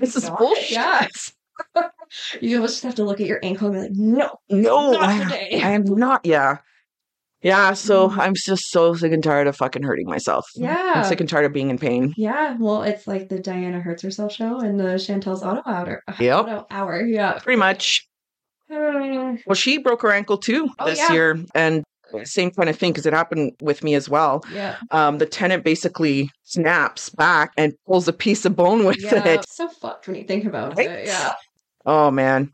[SPEAKER 1] This is
[SPEAKER 2] God,
[SPEAKER 1] bullshit.
[SPEAKER 2] Yeah. [LAUGHS] You almost just have to look at your ankle and be like, no,
[SPEAKER 1] No,
[SPEAKER 2] not
[SPEAKER 1] Oh, I,
[SPEAKER 2] today.
[SPEAKER 1] I am not. Yeah. Yeah. So
[SPEAKER 2] Mm.
[SPEAKER 1] I'm just so sick and tired of fucking hurting myself.
[SPEAKER 2] [LAUGHS] yeah.
[SPEAKER 1] I'm sick and tired of being in pain.
[SPEAKER 2] yeah. Well, it's like the Diana Hurts Herself show and the Chantel's Auto Hour.
[SPEAKER 1] Yep.
[SPEAKER 2] Auto Hour. Yeah.
[SPEAKER 1] Pretty much.
[SPEAKER 2] Mm.
[SPEAKER 1] Well, she broke her ankle too
[SPEAKER 2] Oh,
[SPEAKER 1] this
[SPEAKER 2] yeah.
[SPEAKER 1] year. And same kind of thing because it happened with me as well.
[SPEAKER 2] Yeah.
[SPEAKER 1] Um, the tenant basically snaps back and pulls a piece of bone [LAUGHS] with
[SPEAKER 2] Yeah.
[SPEAKER 1] it.
[SPEAKER 2] So fucked when you think about
[SPEAKER 1] Right?
[SPEAKER 2] it. Yeah.
[SPEAKER 1] Oh, man.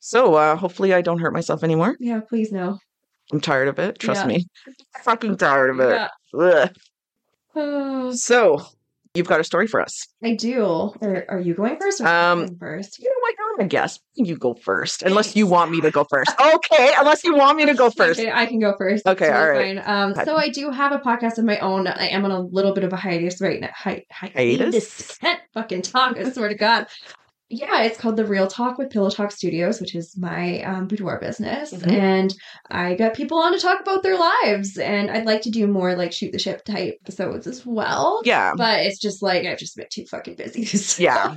[SPEAKER 1] So uh, hopefully I don't hurt myself anymore.
[SPEAKER 2] Yeah. Please no.
[SPEAKER 1] I'm tired of it. Trust
[SPEAKER 2] Yeah.
[SPEAKER 1] me. Fucking tired of it.
[SPEAKER 2] Yeah.
[SPEAKER 1] Ugh.
[SPEAKER 2] Oh,
[SPEAKER 1] So, you've got a story for us.
[SPEAKER 2] I do. Are, are you going first? Or
[SPEAKER 1] Um,
[SPEAKER 2] um, first.
[SPEAKER 1] You know what? I'm going to guess. You go first, unless you want me to go
[SPEAKER 2] [LAUGHS]
[SPEAKER 1] first. Okay, unless you want me to go first.
[SPEAKER 2] Okay, I can go first.
[SPEAKER 1] Okay,
[SPEAKER 2] It's
[SPEAKER 1] all
[SPEAKER 2] totally fine. Um,
[SPEAKER 1] Got
[SPEAKER 2] so I do have a podcast of my own. I am on a little bit of a hiatus right now. Hi- hi-
[SPEAKER 1] Hiatus?
[SPEAKER 2] Can't [LAUGHS] fucking talk. I swear to God. Yeah, it's called the Real Talk with Pillow Talk Studios, which is my um, boudoir business,
[SPEAKER 1] Mhm.
[SPEAKER 2] and I got people on to talk about their lives, and I'd like to do more like shoot the ship type episodes as well.
[SPEAKER 1] Yeah,
[SPEAKER 2] But it's just like I've just been too fucking busy. [LAUGHS] So-
[SPEAKER 1] yeah,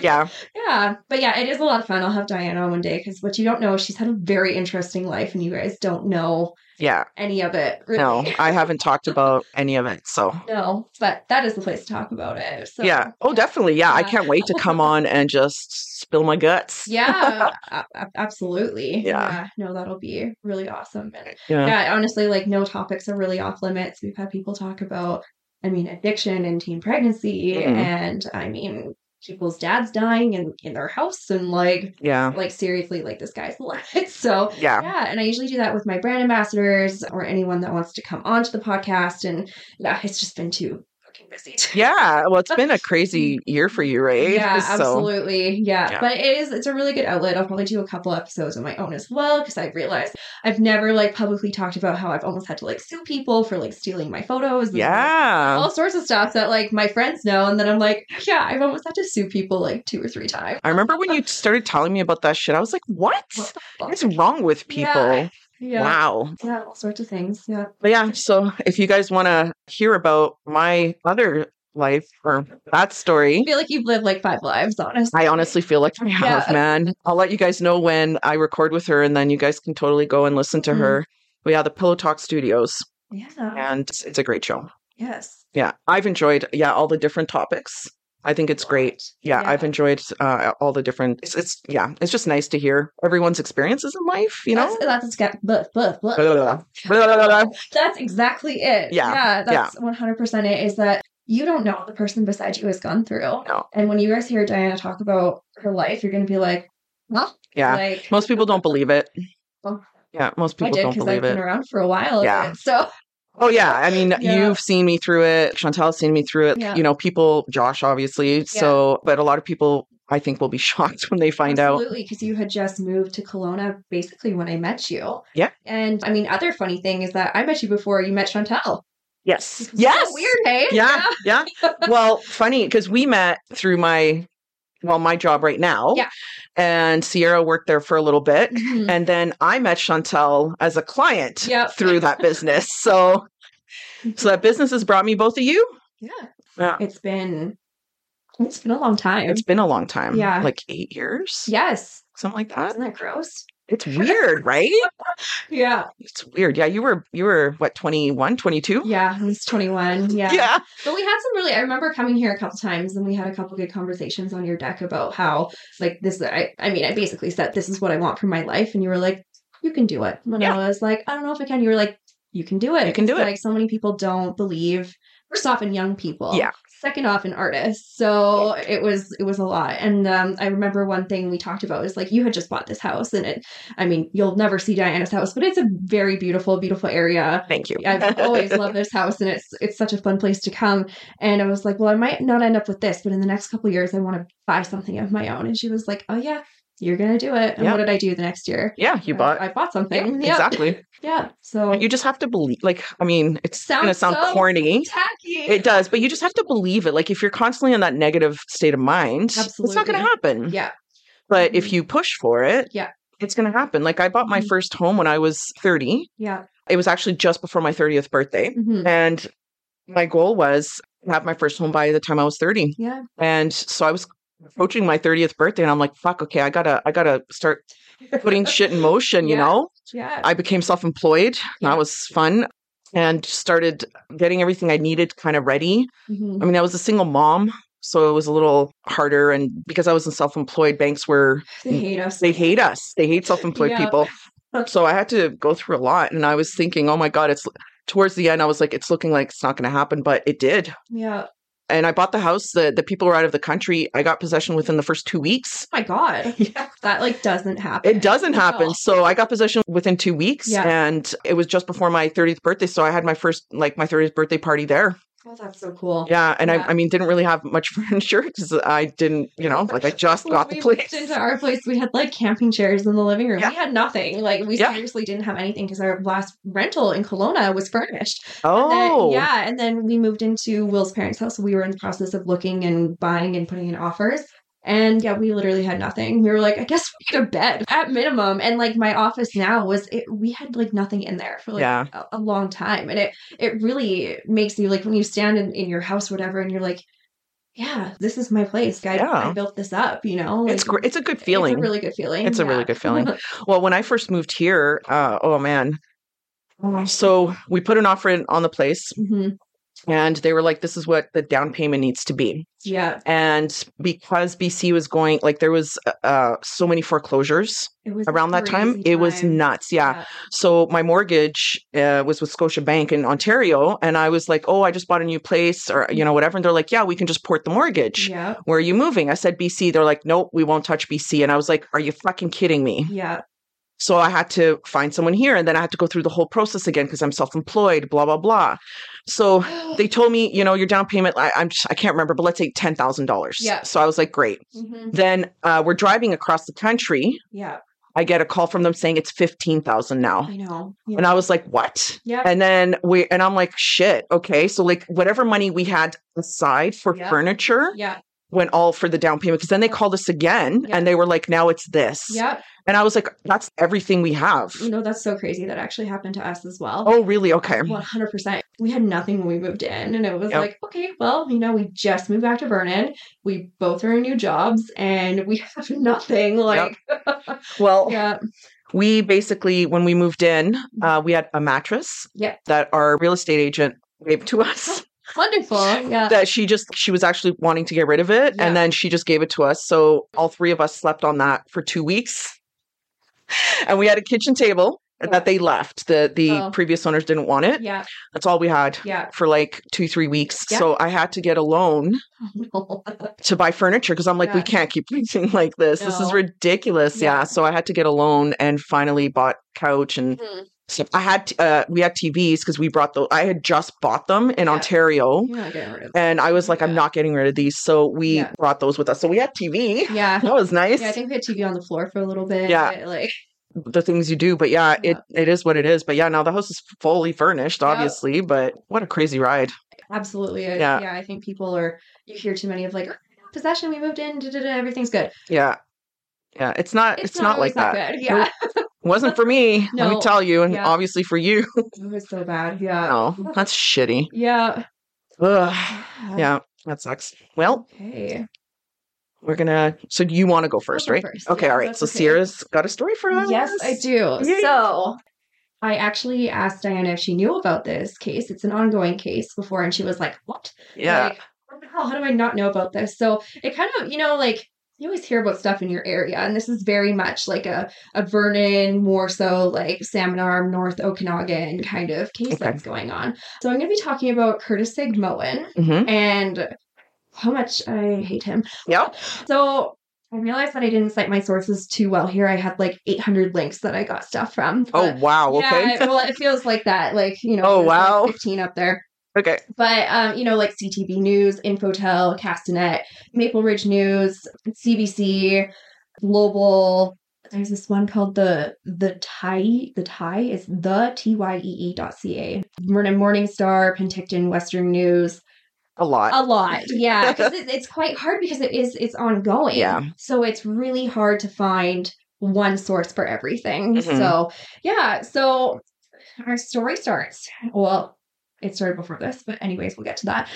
[SPEAKER 1] yeah.
[SPEAKER 2] yeah, but yeah, it is a lot of fun. I'll have Diana on one day because what you don't know, she's had a very interesting life, and you guys don't know
[SPEAKER 1] Yeah,
[SPEAKER 2] any of it. Really.
[SPEAKER 1] no, I haven't talked about any of it. So,
[SPEAKER 2] No, but that is the place to talk about it. So.
[SPEAKER 1] yeah. Oh, definitely. Yeah, I
[SPEAKER 2] Yeah.
[SPEAKER 1] can't wait to come on and just spill my guts. [LAUGHS]
[SPEAKER 2] Yeah, a- a- absolutely.
[SPEAKER 1] Yeah.
[SPEAKER 2] No, that'll be really awesome. And
[SPEAKER 1] Yeah.
[SPEAKER 2] yeah, honestly, like no topics are really off limits. We've had people talk about, I mean, addiction and teen pregnancy,
[SPEAKER 1] Mhm.
[SPEAKER 2] and I mean, people's dads dying in in their house, and like,
[SPEAKER 1] Yeah.
[SPEAKER 2] like seriously, like this guy's [LAUGHS] life. So
[SPEAKER 1] Yeah.
[SPEAKER 2] yeah and i usually do that with my brand ambassadors or anyone that wants to come onto the podcast and yeah it's just been too fucking busy to-
[SPEAKER 1] [LAUGHS] Yeah. Well, it's been a crazy year for
[SPEAKER 2] [LAUGHS]
[SPEAKER 1] you, right?
[SPEAKER 2] yeah
[SPEAKER 1] So-
[SPEAKER 2] absolutely yeah.
[SPEAKER 1] Yeah.
[SPEAKER 2] but it is it's a really good outlet i'll probably do a couple episodes on my own as well because i've realized i've never like publicly talked about how i've almost had to like sue people for like stealing my photos and, like,
[SPEAKER 1] Yeah.
[SPEAKER 2] all sorts of stuff that like my friends know and then i'm like yeah i've almost had to sue people like two or three times
[SPEAKER 1] I remember
[SPEAKER 2] [LAUGHS]
[SPEAKER 1] when you started telling me about that shit. I was like, "What?
[SPEAKER 2] What the fuck?
[SPEAKER 1] What's wrong with
[SPEAKER 2] Yeah.
[SPEAKER 1] people?
[SPEAKER 2] yeah
[SPEAKER 1] Wow."
[SPEAKER 2] yeah all sorts of things yeah
[SPEAKER 1] But yeah, so if you guys want to hear about my other life or that story.
[SPEAKER 2] I feel like you've lived like five lives, honestly.
[SPEAKER 1] I honestly feel like I have,
[SPEAKER 2] Yeah.
[SPEAKER 1] man. I'll let you guys know when I record with her, and then you guys can totally go and listen to
[SPEAKER 2] Mhm.
[SPEAKER 1] her. We have the Pillow Talk Studios,
[SPEAKER 2] Yeah.
[SPEAKER 1] and it's- it's a great show.
[SPEAKER 2] Yes.
[SPEAKER 1] Yeah, I've enjoyed. Yeah, all the different topics. I think it's great. Yeah, I've
[SPEAKER 2] Yeah.
[SPEAKER 1] enjoyed uh, all the different. It's, it's yeah, it's just nice to hear everyone's experiences in life. You know.
[SPEAKER 2] that's, that's got, blah, blah, blah.
[SPEAKER 1] Blah, blah, blah. Blah, blah, blah, blah.
[SPEAKER 2] That's exactly it.
[SPEAKER 1] Yeah,
[SPEAKER 2] Yeah. That's 100% it is that you don't know what the person beside you has gone through.
[SPEAKER 1] No.
[SPEAKER 2] And when you guys hear Diana talk about her life, you're going to be like, huh?
[SPEAKER 1] [LAUGHS] Yeah.
[SPEAKER 2] Like,
[SPEAKER 1] Most people don't believe it.
[SPEAKER 2] Well,
[SPEAKER 1] Yeah, most
[SPEAKER 2] Oh. I
[SPEAKER 1] people
[SPEAKER 2] did
[SPEAKER 1] don't
[SPEAKER 2] because I've
[SPEAKER 1] believe it.
[SPEAKER 2] been around for a while.
[SPEAKER 1] Yeah.
[SPEAKER 2] Yeah. So,
[SPEAKER 1] Oh yeah, I mean
[SPEAKER 2] Yeah.
[SPEAKER 1] you've seen me through it. Chantal's seen me through it.
[SPEAKER 2] Yeah.
[SPEAKER 1] You know, people, Josh obviously. So, but a lot of people I think will be [LAUGHS] shocked when they find out.
[SPEAKER 2] Absolutely, because you had just moved to Kelowna basically when I met you.
[SPEAKER 1] Yeah.
[SPEAKER 2] And I mean, other funny thing is that I met you before you met Chantel.
[SPEAKER 1] Yes.
[SPEAKER 2] So
[SPEAKER 1] Yes.
[SPEAKER 2] weird, hey?
[SPEAKER 1] Yeah. Yeah.
[SPEAKER 2] [LAUGHS]
[SPEAKER 1] well, funny because we met through my well, my job right now.
[SPEAKER 2] Yeah.
[SPEAKER 1] And Sierra worked there for a little bit.
[SPEAKER 2] Mhm.
[SPEAKER 1] And then I met Chantel as a client
[SPEAKER 2] Yep. Mm-hmm.
[SPEAKER 1] through that business. [LAUGHS] So so that business has brought me both of you.
[SPEAKER 2] Yeah.
[SPEAKER 1] Yeah.
[SPEAKER 2] It's been it's been a long time.
[SPEAKER 1] It's been a long time.
[SPEAKER 2] Yeah.
[SPEAKER 1] Like eight years.
[SPEAKER 2] yes.
[SPEAKER 1] Something like that.
[SPEAKER 2] Isn't that gross?
[SPEAKER 1] It's weird, right?
[SPEAKER 2] Yeah.
[SPEAKER 1] It's weird. Yeah, you were you were what 21, 22?
[SPEAKER 2] Yeah. I was 21. Yeah.
[SPEAKER 1] [LAUGHS] Yeah.
[SPEAKER 2] But we had some really, I remember coming here a couple times and we had a couple good conversations on your deck about how, like, this, I, I mean, I basically said, this is what I want for my life. And you were like, you can do it. When
[SPEAKER 1] Yeah.
[SPEAKER 2] I was like, I don't know if I can, you were like, you can do it.
[SPEAKER 1] You can do
[SPEAKER 2] It's
[SPEAKER 1] it.
[SPEAKER 2] Like, so many people don't believe, first off, in young people.
[SPEAKER 1] Yeah.
[SPEAKER 2] Second off, in artists. So it was, it was a lot. And um, I remember one thing we talked about is like, you had just bought this house and it, I mean, you'll never see Diana's house, but it's a very beautiful, beautiful area.
[SPEAKER 1] Thank you.
[SPEAKER 2] I've always loved this house, and it's it's such a fun place to come. And I was like, well, I might not end up with this, but in the next couple years, I want to buy something of my own. And she was like, oh yeah, you're gonna do it. And
[SPEAKER 1] Yeah.
[SPEAKER 2] what did I do the next year?
[SPEAKER 1] [LAUGHS] yeah, you
[SPEAKER 2] I-
[SPEAKER 1] bought
[SPEAKER 2] I, bought something. Yeah,
[SPEAKER 1] exactly.
[SPEAKER 2] yeah. So
[SPEAKER 1] You just have to believe like I mean, it's going to
[SPEAKER 2] Sounds
[SPEAKER 1] sound
[SPEAKER 2] so-
[SPEAKER 1] corny.
[SPEAKER 2] tacky.
[SPEAKER 1] It does, but you just have to believe it. Like if you're constantly in that negative state of mind, it's not going
[SPEAKER 2] Absolutely.
[SPEAKER 1] to happen.
[SPEAKER 2] yeah,
[SPEAKER 1] But if
[SPEAKER 2] Mhm.
[SPEAKER 1] you push for it,
[SPEAKER 2] Yeah.
[SPEAKER 1] it's going to happen. Like I bought my
[SPEAKER 2] Mhm.
[SPEAKER 1] first home when I was 30.
[SPEAKER 2] yeah.
[SPEAKER 1] It was actually just before my 30th birthday.
[SPEAKER 2] hmm
[SPEAKER 1] And my goal was to have my first home by the time I was 30.
[SPEAKER 2] Yeah,
[SPEAKER 1] And so I was approaching my 30th birthday and I'm like, fuck, okay, I gotta, I gotta start putting
[SPEAKER 2] [LAUGHS]
[SPEAKER 1] shit in motion, you
[SPEAKER 2] Yeah.
[SPEAKER 1] know?
[SPEAKER 2] yeah,
[SPEAKER 1] I became self employed.
[SPEAKER 2] Yeah.
[SPEAKER 1] That was fun and started getting everything I needed kind of ready.
[SPEAKER 2] Mhm.
[SPEAKER 1] I mean, I was a single mom, so it was a little harder. And because I wasn't self employed, banks were,
[SPEAKER 2] They hate us.
[SPEAKER 1] Mm. they hate us, they hate self employed
[SPEAKER 2] Yeah.
[SPEAKER 1] people. So I had to go through a lot. And I was thinking, oh my God, it's towards the end, I was like, it's looking like it's not gonna happen, but it did
[SPEAKER 2] yeah. Oh
[SPEAKER 1] and I bought the house. The the people were out of the country. I got possession within the first two weeks.
[SPEAKER 2] my god,
[SPEAKER 1] [LAUGHS] Yeah.
[SPEAKER 2] that like doesn't happen.
[SPEAKER 1] It doesn't happen.
[SPEAKER 2] Oh.
[SPEAKER 1] So I got possession within two weeks,
[SPEAKER 2] Yeah.
[SPEAKER 1] and it was just before my thirtieth birthday. So I had my first like my thirtieth birthday party there.
[SPEAKER 2] Oh, that's so cool.
[SPEAKER 1] Yeah, and
[SPEAKER 2] Yeah.
[SPEAKER 1] I I mean didn't really have much [LAUGHS] furniture because I didn't you know like I just
[SPEAKER 2] When
[SPEAKER 1] got
[SPEAKER 2] we
[SPEAKER 1] the
[SPEAKER 2] moved
[SPEAKER 1] place.
[SPEAKER 2] into our place, we had like camping chairs in the living room.
[SPEAKER 1] Yeah.
[SPEAKER 2] We had nothing. Like we
[SPEAKER 1] Yeah.
[SPEAKER 2] seriously didn't have anything because our last rental in Kelowna was furnished. And then-
[SPEAKER 1] Oh
[SPEAKER 2] yeah. And then we moved into Will's parents' house. We were in the process of looking and buying and putting in offers. And yeah, we literally had nothing. We were like, I guess we need a bed at minimum. And like my office now was, it, we had like nothing in there for like
[SPEAKER 1] Yeah.
[SPEAKER 2] a, a long time. And it, it really makes you like when you stand in, in your house, whatever, and you're like, yeah, this is my place. I,
[SPEAKER 1] Yeah.
[SPEAKER 2] I built this up, you know?
[SPEAKER 1] it's
[SPEAKER 2] Like,
[SPEAKER 1] great. It's a good feeling.
[SPEAKER 2] It's a really good feeling.
[SPEAKER 1] It's a really good
[SPEAKER 2] [LAUGHS]
[SPEAKER 1] feeling. Well, when I first moved here, uh, oh man.
[SPEAKER 2] [LAUGHS]
[SPEAKER 1] So we put an offer in on the place,
[SPEAKER 2] hmm
[SPEAKER 1] and they were like, "This is what the down payment needs to be."
[SPEAKER 2] Yeah,
[SPEAKER 1] and because BC was going like there was uh, uh, so many foreclosures
[SPEAKER 2] it was a
[SPEAKER 1] around that time,
[SPEAKER 2] crazy
[SPEAKER 1] it was
[SPEAKER 2] time.
[SPEAKER 1] nuts. Yeah. So my mortgage uh, was with Scotia Bank in Ontario, and I was like, "Oh, I just bought a new place, or you know, whatever." And they're like, "Yeah, we can just port the mortgage."
[SPEAKER 2] Yeah,
[SPEAKER 1] Where are you moving? I said BC. They're like, nope, we won't touch BC. And I was like, are you fucking kidding me?
[SPEAKER 2] yeah,
[SPEAKER 1] So I had to find someone here. And then I had to go through the whole process again because I'm self employed, blah, blah, blah. So
[SPEAKER 2] yeah.
[SPEAKER 1] [LAUGHS]
[SPEAKER 2] [GASPS]
[SPEAKER 1] they told me, you know, your down payment, I, I'm just, I can't remember, but let's say ten thousand dollars.
[SPEAKER 2] Yeah.
[SPEAKER 1] So I was like, great.
[SPEAKER 2] Mhm.
[SPEAKER 1] Then uh, we're driving across the country.
[SPEAKER 2] Yeah,
[SPEAKER 1] I get a call from them saying it's fifteen thousand now,
[SPEAKER 2] I know. Yeah.
[SPEAKER 1] and I was like, what?
[SPEAKER 2] yeah.
[SPEAKER 1] And then we and I'm like, shit. Okay, so like whatever money we had aside for
[SPEAKER 2] Yeah.
[SPEAKER 1] furniture
[SPEAKER 2] yeah,
[SPEAKER 1] went all for the down payment because then they called us again
[SPEAKER 2] Yeah.
[SPEAKER 1] and they were like, now it's this.
[SPEAKER 2] yeah.
[SPEAKER 1] And I was like, that's everything we have.
[SPEAKER 2] You know, that's so crazy. That actually happened to us as well.
[SPEAKER 1] Oh, really? Okay.
[SPEAKER 2] 100%. we had nothing when we moved in. And it was
[SPEAKER 1] Yep.
[SPEAKER 2] like, okay, well, you know, we just moved back to Vernon. We both are in new jobs and we [LAUGHS] have nothing. Like,
[SPEAKER 1] Well,
[SPEAKER 2] yeah. Mm-hmm.
[SPEAKER 1] we basically, when we moved in, uh, we had a mattress
[SPEAKER 2] Yep.
[SPEAKER 1] that our real estate agent gave to
[SPEAKER 2] [LAUGHS]
[SPEAKER 1] us. [LAUGHS]
[SPEAKER 2] Wonderful. Yeah.
[SPEAKER 1] that she just she was actually wanting to get rid of it
[SPEAKER 2] Yeah.
[SPEAKER 1] and then she just gave it to us so all three of us slept on that for two weeks [LAUGHS] and we had a kitchen table
[SPEAKER 2] Yeah.
[SPEAKER 1] that they left the the
[SPEAKER 2] Oh.
[SPEAKER 1] previous owners didn't want it
[SPEAKER 2] Yeah.
[SPEAKER 1] that's all we had [LAUGHS]
[SPEAKER 2] Yeah. [LAUGHS]
[SPEAKER 1] for like two three weeks
[SPEAKER 2] Yeah.
[SPEAKER 1] so i had to get a loan
[SPEAKER 2] Oh, no.
[SPEAKER 1] to buy furniture because i'm like we
[SPEAKER 2] Yeah.
[SPEAKER 1] can't keep [LAUGHS] eating like this this
[SPEAKER 2] No.
[SPEAKER 1] is ridiculous
[SPEAKER 2] Yeah.
[SPEAKER 1] yeah. so i had to get a loan and finally bought couch and
[SPEAKER 2] Hmm.
[SPEAKER 1] stuff. i had t- uh, we had tvs because we brought the i had just bought them in
[SPEAKER 2] Yeah.
[SPEAKER 1] ontario
[SPEAKER 2] You're not getting rid of
[SPEAKER 1] and I was like, I'm
[SPEAKER 2] Yeah.
[SPEAKER 1] not getting rid of these. So we
[SPEAKER 2] Yeah.
[SPEAKER 1] brought those with us. So we had TV.
[SPEAKER 2] that. Yeah.
[SPEAKER 1] [LAUGHS] That was nice.
[SPEAKER 2] Yeah. I think we had TV on the floor for a little bit.
[SPEAKER 1] Yeah.
[SPEAKER 2] Like,
[SPEAKER 1] the things you do. But yeah,
[SPEAKER 2] Yeah.
[SPEAKER 1] it it is what it is. But yeah, now the house is fully furnished,
[SPEAKER 2] Yeah.
[SPEAKER 1] obviously. But what a crazy ride.
[SPEAKER 2] absolutely. I-
[SPEAKER 1] Yeah.
[SPEAKER 2] yeah. I think people are, you hear too many of like, "Oh, possession, we moved in, da, da, da, everything's good.
[SPEAKER 1] Yeah. Yeah. It's not it's, not,
[SPEAKER 2] always
[SPEAKER 1] like that.
[SPEAKER 2] good. Yeah. [LAUGHS]
[SPEAKER 1] Wasn't for me, let
[SPEAKER 2] No.
[SPEAKER 1] me tell you. And
[SPEAKER 2] Yeah.
[SPEAKER 1] obviously for you.
[SPEAKER 2] it was so bad. Yeah.
[SPEAKER 1] No, that's shitty.
[SPEAKER 2] Yeah. [SIGHS]
[SPEAKER 1] Ugh. Yeah, that sucks. Well,
[SPEAKER 2] Okay.
[SPEAKER 1] we're gonna so you wanna go first,
[SPEAKER 2] go
[SPEAKER 1] right?
[SPEAKER 2] first.
[SPEAKER 1] Okay,
[SPEAKER 2] Yeah,
[SPEAKER 1] all right.
[SPEAKER 2] that's
[SPEAKER 1] So
[SPEAKER 2] okay.
[SPEAKER 1] Sierra's got a story for us.
[SPEAKER 2] Yes, I do.
[SPEAKER 1] Yay.
[SPEAKER 2] So I actually asked Diana if she knew about this case. It's an ongoing case before, and she was like, What?
[SPEAKER 1] Yeah.
[SPEAKER 2] Like, what the hell? How do I not know about this? So it kind of, you know, like you always hear about stuff in your area, and this is very much like a, a Vernon, more so like Salmon Arm, North Okanagan kind of case
[SPEAKER 1] Okay.
[SPEAKER 2] that's going on. So I'm going to be talking about Curtis Sigmoen
[SPEAKER 1] hmm
[SPEAKER 2] and how much I hate him.
[SPEAKER 1] Yep.
[SPEAKER 2] So I realized that I didn't cite my sources too well here. I had like 800 links that I got stuff from.
[SPEAKER 1] Oh
[SPEAKER 2] but-
[SPEAKER 1] wow, okay.
[SPEAKER 2] Uh, Yeah, well, it feels like that. Like, you know,
[SPEAKER 1] Oh,
[SPEAKER 2] there's, like,
[SPEAKER 1] wow.
[SPEAKER 2] 15 up there.
[SPEAKER 1] [LAUGHS] Okay.
[SPEAKER 2] But, um, you know, like CTV News, Infotel, Castanet, Maple Ridge News, CBC, Global. There's this one called the the tie the tie is the t y e e dot c a Vernon Morningstar Penticton Western News
[SPEAKER 1] A lot.
[SPEAKER 2] a
[SPEAKER 1] [LAUGHS]
[SPEAKER 2] lot yeah 'cause it, it's quite hard because it is it's ongoing
[SPEAKER 1] Yeah.
[SPEAKER 2] so it's really hard to find one source for everything
[SPEAKER 1] Mhm.
[SPEAKER 2] so yeah so our story starts well it started before this but anyways we'll get to
[SPEAKER 1] [LAUGHS]
[SPEAKER 2] that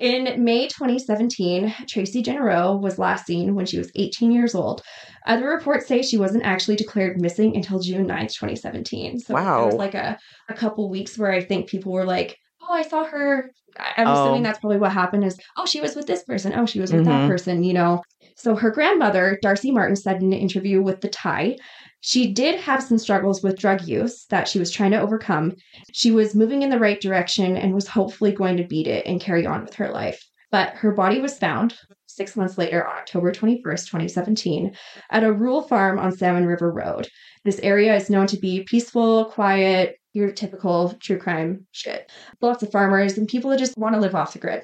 [SPEAKER 2] in may 2017 tracy genereau was last seen when she was 18 years old other reports say she wasn't actually declared missing until june 9th 2017 so it was
[SPEAKER 1] Wow.
[SPEAKER 2] like a, a couple weeks where i think people were like oh i saw her I- I'm
[SPEAKER 1] Oh.
[SPEAKER 2] assuming that's probably what happened is, oh, she was with this person. Oh, she was with that
[SPEAKER 1] Mhm.
[SPEAKER 2] person, you know. So her grandmother, Darcy Martin, said in an interview with The Tie, she did have some struggles with drug use that she was trying to overcome. She was moving in the right direction and was hopefully going to beat it and carry on with her life. But her body was found six months later on October 21st, 2017, at a rural farm on Salmon River Road. This area is known to be peaceful, quiet, your typical true crime shit lots of farmers and people that just want to live off the grid.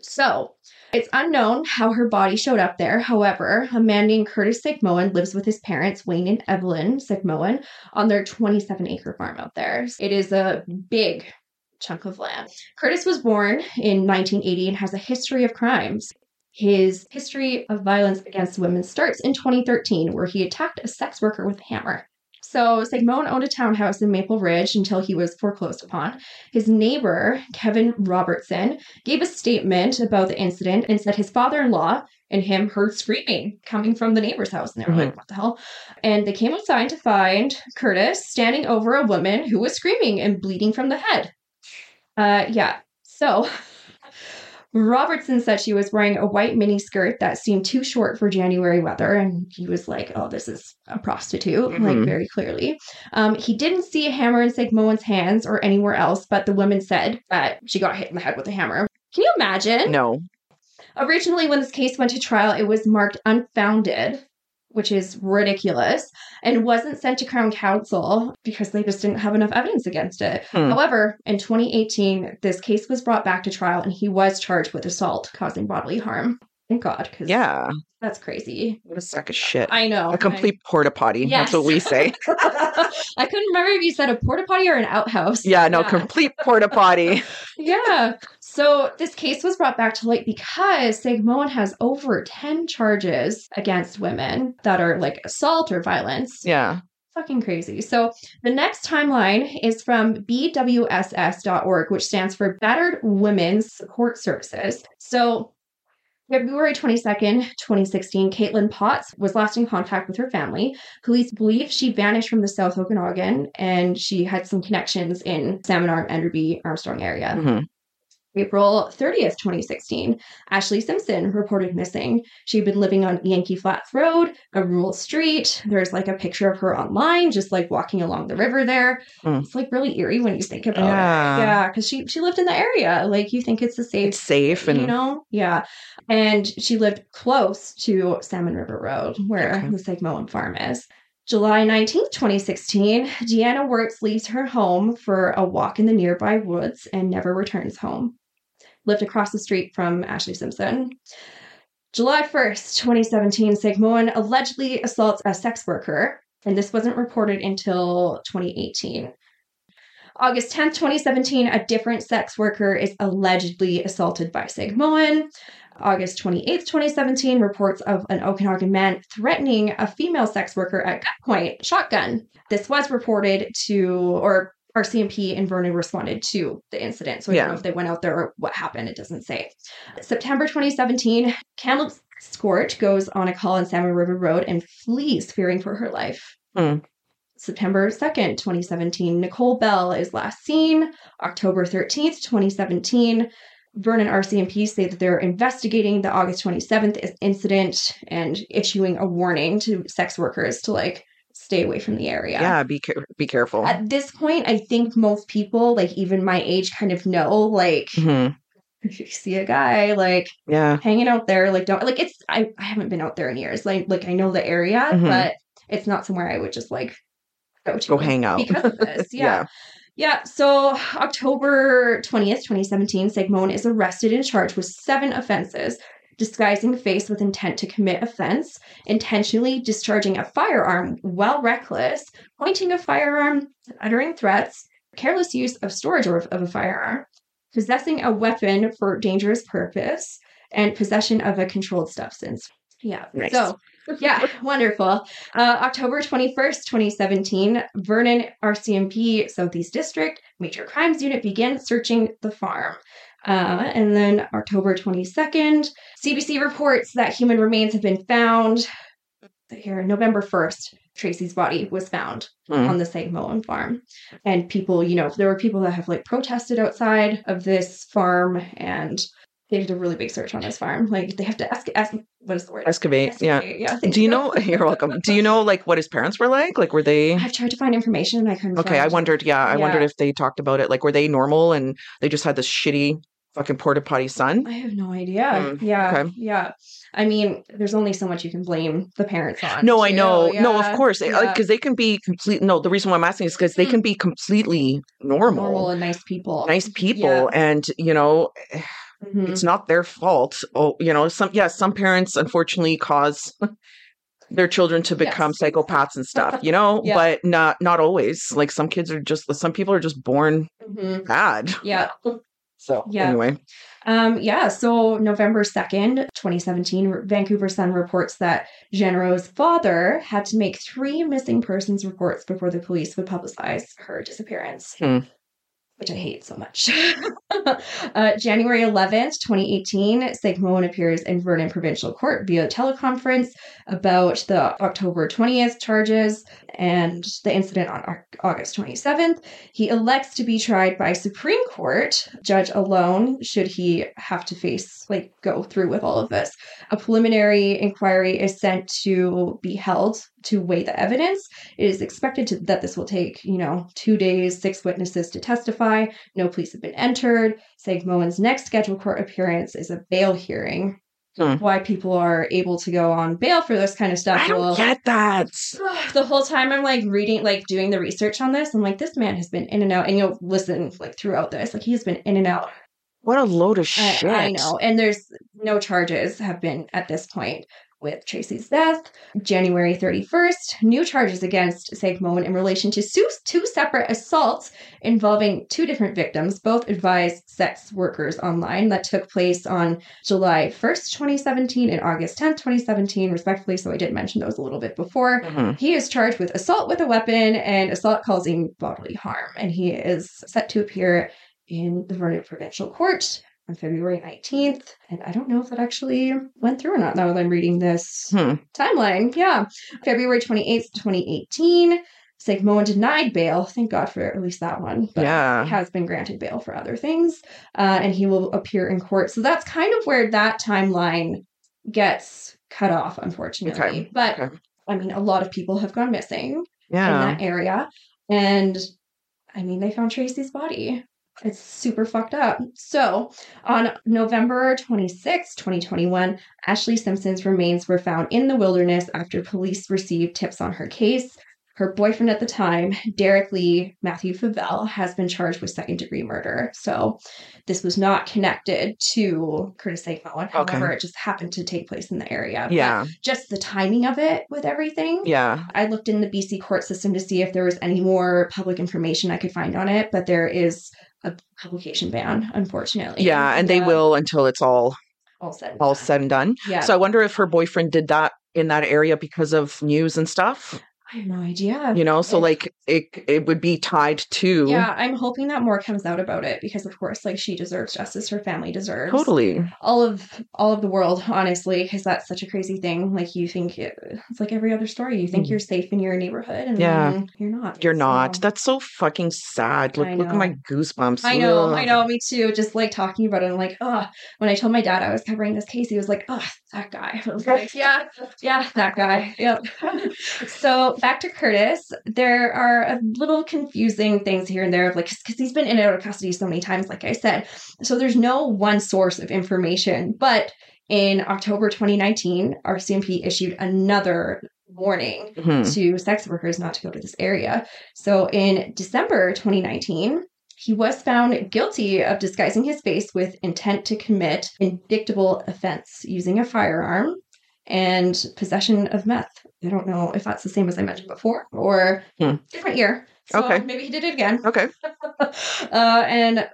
[SPEAKER 2] So it's unknown how her body showed up there. However, a man named Curtis Sigmoen lives with his parents, Wayne and Evelyn Sigmoen, on their 27 acre farm out there. It is a big chunk of land. Curtis was born in 1980 and has a history of crimes. His history of violence against women starts in 2013, where he attacked a sex worker with a hammer. So, Sigmon owned a townhouse in Maple Ridge until he was foreclosed upon. His neighbor, Kevin Robertson, gave a statement about the incident and said his father in law and him heard screaming coming from the neighbor's house. And they were like, what the hell? And they came outside to find Curtis standing over a woman who was screaming and bleeding from the head. Uh, yeah. So. [LAUGHS] Robertson said she was wearing a white mini skirt that seemed too short for January weather, and he was like, "Oh, this is a prostitute," like
[SPEAKER 1] Mhm.
[SPEAKER 2] very clearly. Um, he didn't see a hammer in Sigmoen's hands or anywhere else, but the woman said that she got hit in the head with a hammer. Can you imagine?
[SPEAKER 1] No.
[SPEAKER 2] Originally, when this case went to trial, it was marked unfounded, which is ridiculous, and wasn't sent to Crown Counsel because they just didn't have enough evidence against it.
[SPEAKER 1] Hmm.
[SPEAKER 2] However, in 2018, this case was brought back to trial and he was charged with assault causing bodily harm. Thank God, because
[SPEAKER 1] Yeah.
[SPEAKER 2] that's crazy.
[SPEAKER 1] What a sack of shit.
[SPEAKER 2] I know.
[SPEAKER 1] a complete porta potty. That's what we
[SPEAKER 2] Yes. [LAUGHS]
[SPEAKER 1] say. [LAUGHS]
[SPEAKER 2] I, I couldn't remember if you said a porta potty or an outhouse.
[SPEAKER 1] Yeah, no, complete porta
[SPEAKER 2] [LAUGHS]
[SPEAKER 1] potty. [LAUGHS]
[SPEAKER 2] Yeah. So this case was brought back to light because Sigmoan has over 10 charges against women that are like assault or violence.
[SPEAKER 1] Yeah.
[SPEAKER 2] fucking crazy. So the next timeline is from BWSS.org, which stands for Battered Women's Support Services. So February 22nd, 2016, Caitlin Potts was last in contact with her family. Police believe she vanished from the South Okanagan and she had some connections in Salmon Arm, Enderby, Armstrong area.
[SPEAKER 1] Mhm.
[SPEAKER 2] April 30th, 2016, Ashley Simpson reported missing. She'd been living on Yankee Flats Road, a rural street. There's like a picture of her online, just like walking along the river there.
[SPEAKER 1] Mm.
[SPEAKER 2] It's like really eerie when you think about
[SPEAKER 1] Yeah.
[SPEAKER 2] it. Yeah, because she, she lived in the area. Like you think it's a safe
[SPEAKER 1] It's safe and
[SPEAKER 2] you know yeah and she lived close to salmon river road where
[SPEAKER 1] Okay.
[SPEAKER 2] the sigmoan farm is july 19th 2016 deanna wirtz leaves her home for a walk in the nearby woods and never returns home lived across the street from ashley simpson july 1st 2017 sigmoan allegedly assaults a sex worker and this wasn't reported until 2018 August 10th, 2017, a different sex worker is allegedly assaulted by Sigmoan. August 28th, 2017, reports of an Okanagan man threatening a female sex worker at gunpoint, shotgun. This was reported to, or RCMP in Vernon responded to the incident. So I
[SPEAKER 1] Yeah.
[SPEAKER 2] don't know if they went out there or what happened. It doesn't say. September 2017, Caleb Scorch goes on a call on Salmon River Road and flees, fearing for her life.
[SPEAKER 1] Hmm.
[SPEAKER 2] September 2nd, 2017, Nicole Bell is last seen. October 13th, 2017, Vernon RCMP say that they're investigating the August 27th is- incident and issuing a warning to sex workers to like stay away from the area.
[SPEAKER 1] yeah, be care- be careful.
[SPEAKER 2] At this point, I think most people, like even my age, kind of know like
[SPEAKER 1] Mhm.
[SPEAKER 2] [LAUGHS] if you see a guy, like
[SPEAKER 1] Yeah.
[SPEAKER 2] hanging out there like don't like it's I, I haven't been out there in years like like i know the area
[SPEAKER 1] Mhm.
[SPEAKER 2] but it's not somewhere i would just like go to
[SPEAKER 1] Go hang out.
[SPEAKER 2] because
[SPEAKER 1] [LAUGHS]
[SPEAKER 2] of this yeah. yeah so october 20th 2017 sigmon is arrested and charged with seven offenses disguising face with intent to commit offense intentionally discharging a firearm while reckless pointing a firearm uttering threats careless use of storage of, of a firearm possessing a weapon for dangerous purpose and possession of a controlled substance. Yeah.
[SPEAKER 1] Nice.
[SPEAKER 2] So, yeah, [LAUGHS] wonderful. Uh, October 21st, 2017, Vernon RCMP Southeast District Major Crimes Unit begins searching the farm. Uh, and then October 22nd, CBC reports that human remains have been found. Here, November 1st, Tracy's body was found
[SPEAKER 1] Hmm.
[SPEAKER 2] on the Sagmoan farm. And people, you know, there were people that have like protested outside of this farm and they did a really big search on this farm. Like they have to ask, ask what is the word?
[SPEAKER 1] Excavate. Yeah.
[SPEAKER 2] Excavate, Yeah. thank
[SPEAKER 1] Do you know? You're welcome. Do you know like what his parents were like? Like were they?
[SPEAKER 2] I've tried to find information and I couldn't
[SPEAKER 1] Okay, I
[SPEAKER 2] find.
[SPEAKER 1] wondered. Yeah, I wondered
[SPEAKER 2] Yeah.
[SPEAKER 1] if they talked about it. Like, were they normal and they just had this shitty fucking porta potty son?
[SPEAKER 2] I have no idea.
[SPEAKER 1] Hmm,
[SPEAKER 2] Yeah.
[SPEAKER 1] okay.
[SPEAKER 2] Yeah. I mean, there's only so much you can blame the parents on.
[SPEAKER 1] No, I
[SPEAKER 2] too,
[SPEAKER 1] know. No,
[SPEAKER 2] yeah,
[SPEAKER 1] of course. Because
[SPEAKER 2] yeah.
[SPEAKER 1] they can be complete. No, the reason why I'm asking is because they
[SPEAKER 2] Mm.
[SPEAKER 1] can be completely normal,
[SPEAKER 2] Normal and nice people.
[SPEAKER 1] nice people,
[SPEAKER 2] Yeah.
[SPEAKER 1] and you know,
[SPEAKER 2] Mhm.
[SPEAKER 1] it's not their fault. Oh, you know, some yeah, some parents unfortunately cause [LAUGHS] their children to
[SPEAKER 2] Yes.
[SPEAKER 1] become psychopaths and stuff. You know,
[SPEAKER 2] [LAUGHS] Yeah.
[SPEAKER 1] but not not always. Like some kids are just some people are just born
[SPEAKER 2] Mhm.
[SPEAKER 1] bad.
[SPEAKER 2] Yeah.
[SPEAKER 1] So
[SPEAKER 2] Yeah.
[SPEAKER 1] anyway,
[SPEAKER 2] Um, yeah, so November 2nd, 2017, R- Vancouver Sun reports that Genro's father had to make three missing persons reports before the police would publicize her disappearance,
[SPEAKER 1] Hmm.
[SPEAKER 2] which I hate so much. [LAUGHS] uh, January 11th, 2018, Sigmon appears in Vernon Provincial Court via teleconference about the October 20th charges and the incident on Au- August 27th. He elects to be tried by Supreme Court judge alone should he have to face, like, go through with all of this. A preliminary inquiry is sent to be held to weigh the evidence. It is expected to, that this will take, you know, two days, six witnesses to testify. No police have been entered. Sagmoan's next scheduled court appearance is a bail hearing.
[SPEAKER 1] Hmm.
[SPEAKER 2] Why people are able to go on bail for this kind of stuff.
[SPEAKER 1] I don't
[SPEAKER 2] will-
[SPEAKER 1] get that.
[SPEAKER 2] [SIGHS] the whole time I'm like reading, like doing the research on this, I'm like, this man has been in and out, and you'll listen like throughout this, like he's been in and out.
[SPEAKER 1] What a load of
[SPEAKER 2] I,
[SPEAKER 1] shit.
[SPEAKER 2] I know, and there's no charges have been at this point. with Tracy's death. January 31st, new charges against Sagmoan in relation to su- two separate assaults involving two different victims, both advised sex workers online, that took place on July 1st, 2017 and August 10th, 2017, respectively. So I did mention those a little bit before.
[SPEAKER 1] Mhm.
[SPEAKER 2] He is charged with assault with a weapon and assault causing bodily harm, and he is set to appear in the Vernon Provincial Court on February 19th. And I don't know if that actually went through or not now that I'm reading this
[SPEAKER 1] Hmm.
[SPEAKER 2] timeline. Yeah. February 28th, 2018. Sigmoan denied bail. Thank God for at least that one. But
[SPEAKER 1] Yeah.
[SPEAKER 2] Has been granted bail for other things, uh, and he will appear in court. So that's kind of where that timeline gets cut off, unfortunately.
[SPEAKER 1] Okay.
[SPEAKER 2] But
[SPEAKER 1] Okay.
[SPEAKER 2] I mean, a lot of people have gone missing in
[SPEAKER 1] Yeah.
[SPEAKER 2] that area. And I mean, they found Tracy's body. It's super fucked up. So, on November 26, 2021, Ashley Simpson's remains were found in the wilderness after police received tips on her case. Her boyfriend at the time, Derek Lee Matthew Favell, has been charged with second degree murder. So, this was not connected to Curtis Sankmoen.
[SPEAKER 1] Okay.
[SPEAKER 2] However, it just happened to take place in the area. But
[SPEAKER 1] Yeah.
[SPEAKER 2] Just the timing of it with everything.
[SPEAKER 1] Yeah.
[SPEAKER 2] I looked in the BC court system to see if there was any more public information I could find on it, but there is a publication ban, unfortunately.
[SPEAKER 1] Yeah. And they will until it's all
[SPEAKER 2] all said. and
[SPEAKER 1] all
[SPEAKER 2] done.
[SPEAKER 1] said and done.
[SPEAKER 2] Yeah,
[SPEAKER 1] So I wonder if her boyfriend did that in that area because of news and stuff.
[SPEAKER 2] I have no idea.
[SPEAKER 1] You know, so
[SPEAKER 2] It-
[SPEAKER 1] like it it would be tied to
[SPEAKER 2] Yeah, I'm hoping that more comes out about it because, of course, like she deserves justice, her family deserves
[SPEAKER 1] totally.
[SPEAKER 2] all of all of the world, honestly, because that's such a crazy thing. Like you think it, it's like every other story. You think
[SPEAKER 1] Mhm.
[SPEAKER 2] you're safe in your neighborhood, and
[SPEAKER 1] Yeah.
[SPEAKER 2] then you're not.
[SPEAKER 1] You're not.
[SPEAKER 2] So-
[SPEAKER 1] That's so fucking sad. Look,
[SPEAKER 2] I
[SPEAKER 1] look at my
[SPEAKER 2] know.
[SPEAKER 1] goosebumps.
[SPEAKER 2] I know, I
[SPEAKER 1] Ugh.
[SPEAKER 2] know, me too. Just like talking about it, I'm like, oh, when I told my dad I was covering this case, he was like, oh, that guy. I was like, yeah, yeah, that guy. Yep. so back to Curtis, there are a little confusing things here and there of like, because he's been in and out of custody so many times, like I said. So there's no one source of information, but in October 2019, RCMP issued another warning
[SPEAKER 1] Mhm.
[SPEAKER 2] to sex workers not to go to this area. So in December 2019, he was found guilty of disguising his face with intent to commit indictable offense using a firearm and possession of meth. I don't know if that's the same as I mentioned before or
[SPEAKER 1] Hmm.
[SPEAKER 2] different year. So
[SPEAKER 1] Okay.
[SPEAKER 2] maybe he did it again. [LAUGHS]
[SPEAKER 1] Okay.
[SPEAKER 2] Uh, and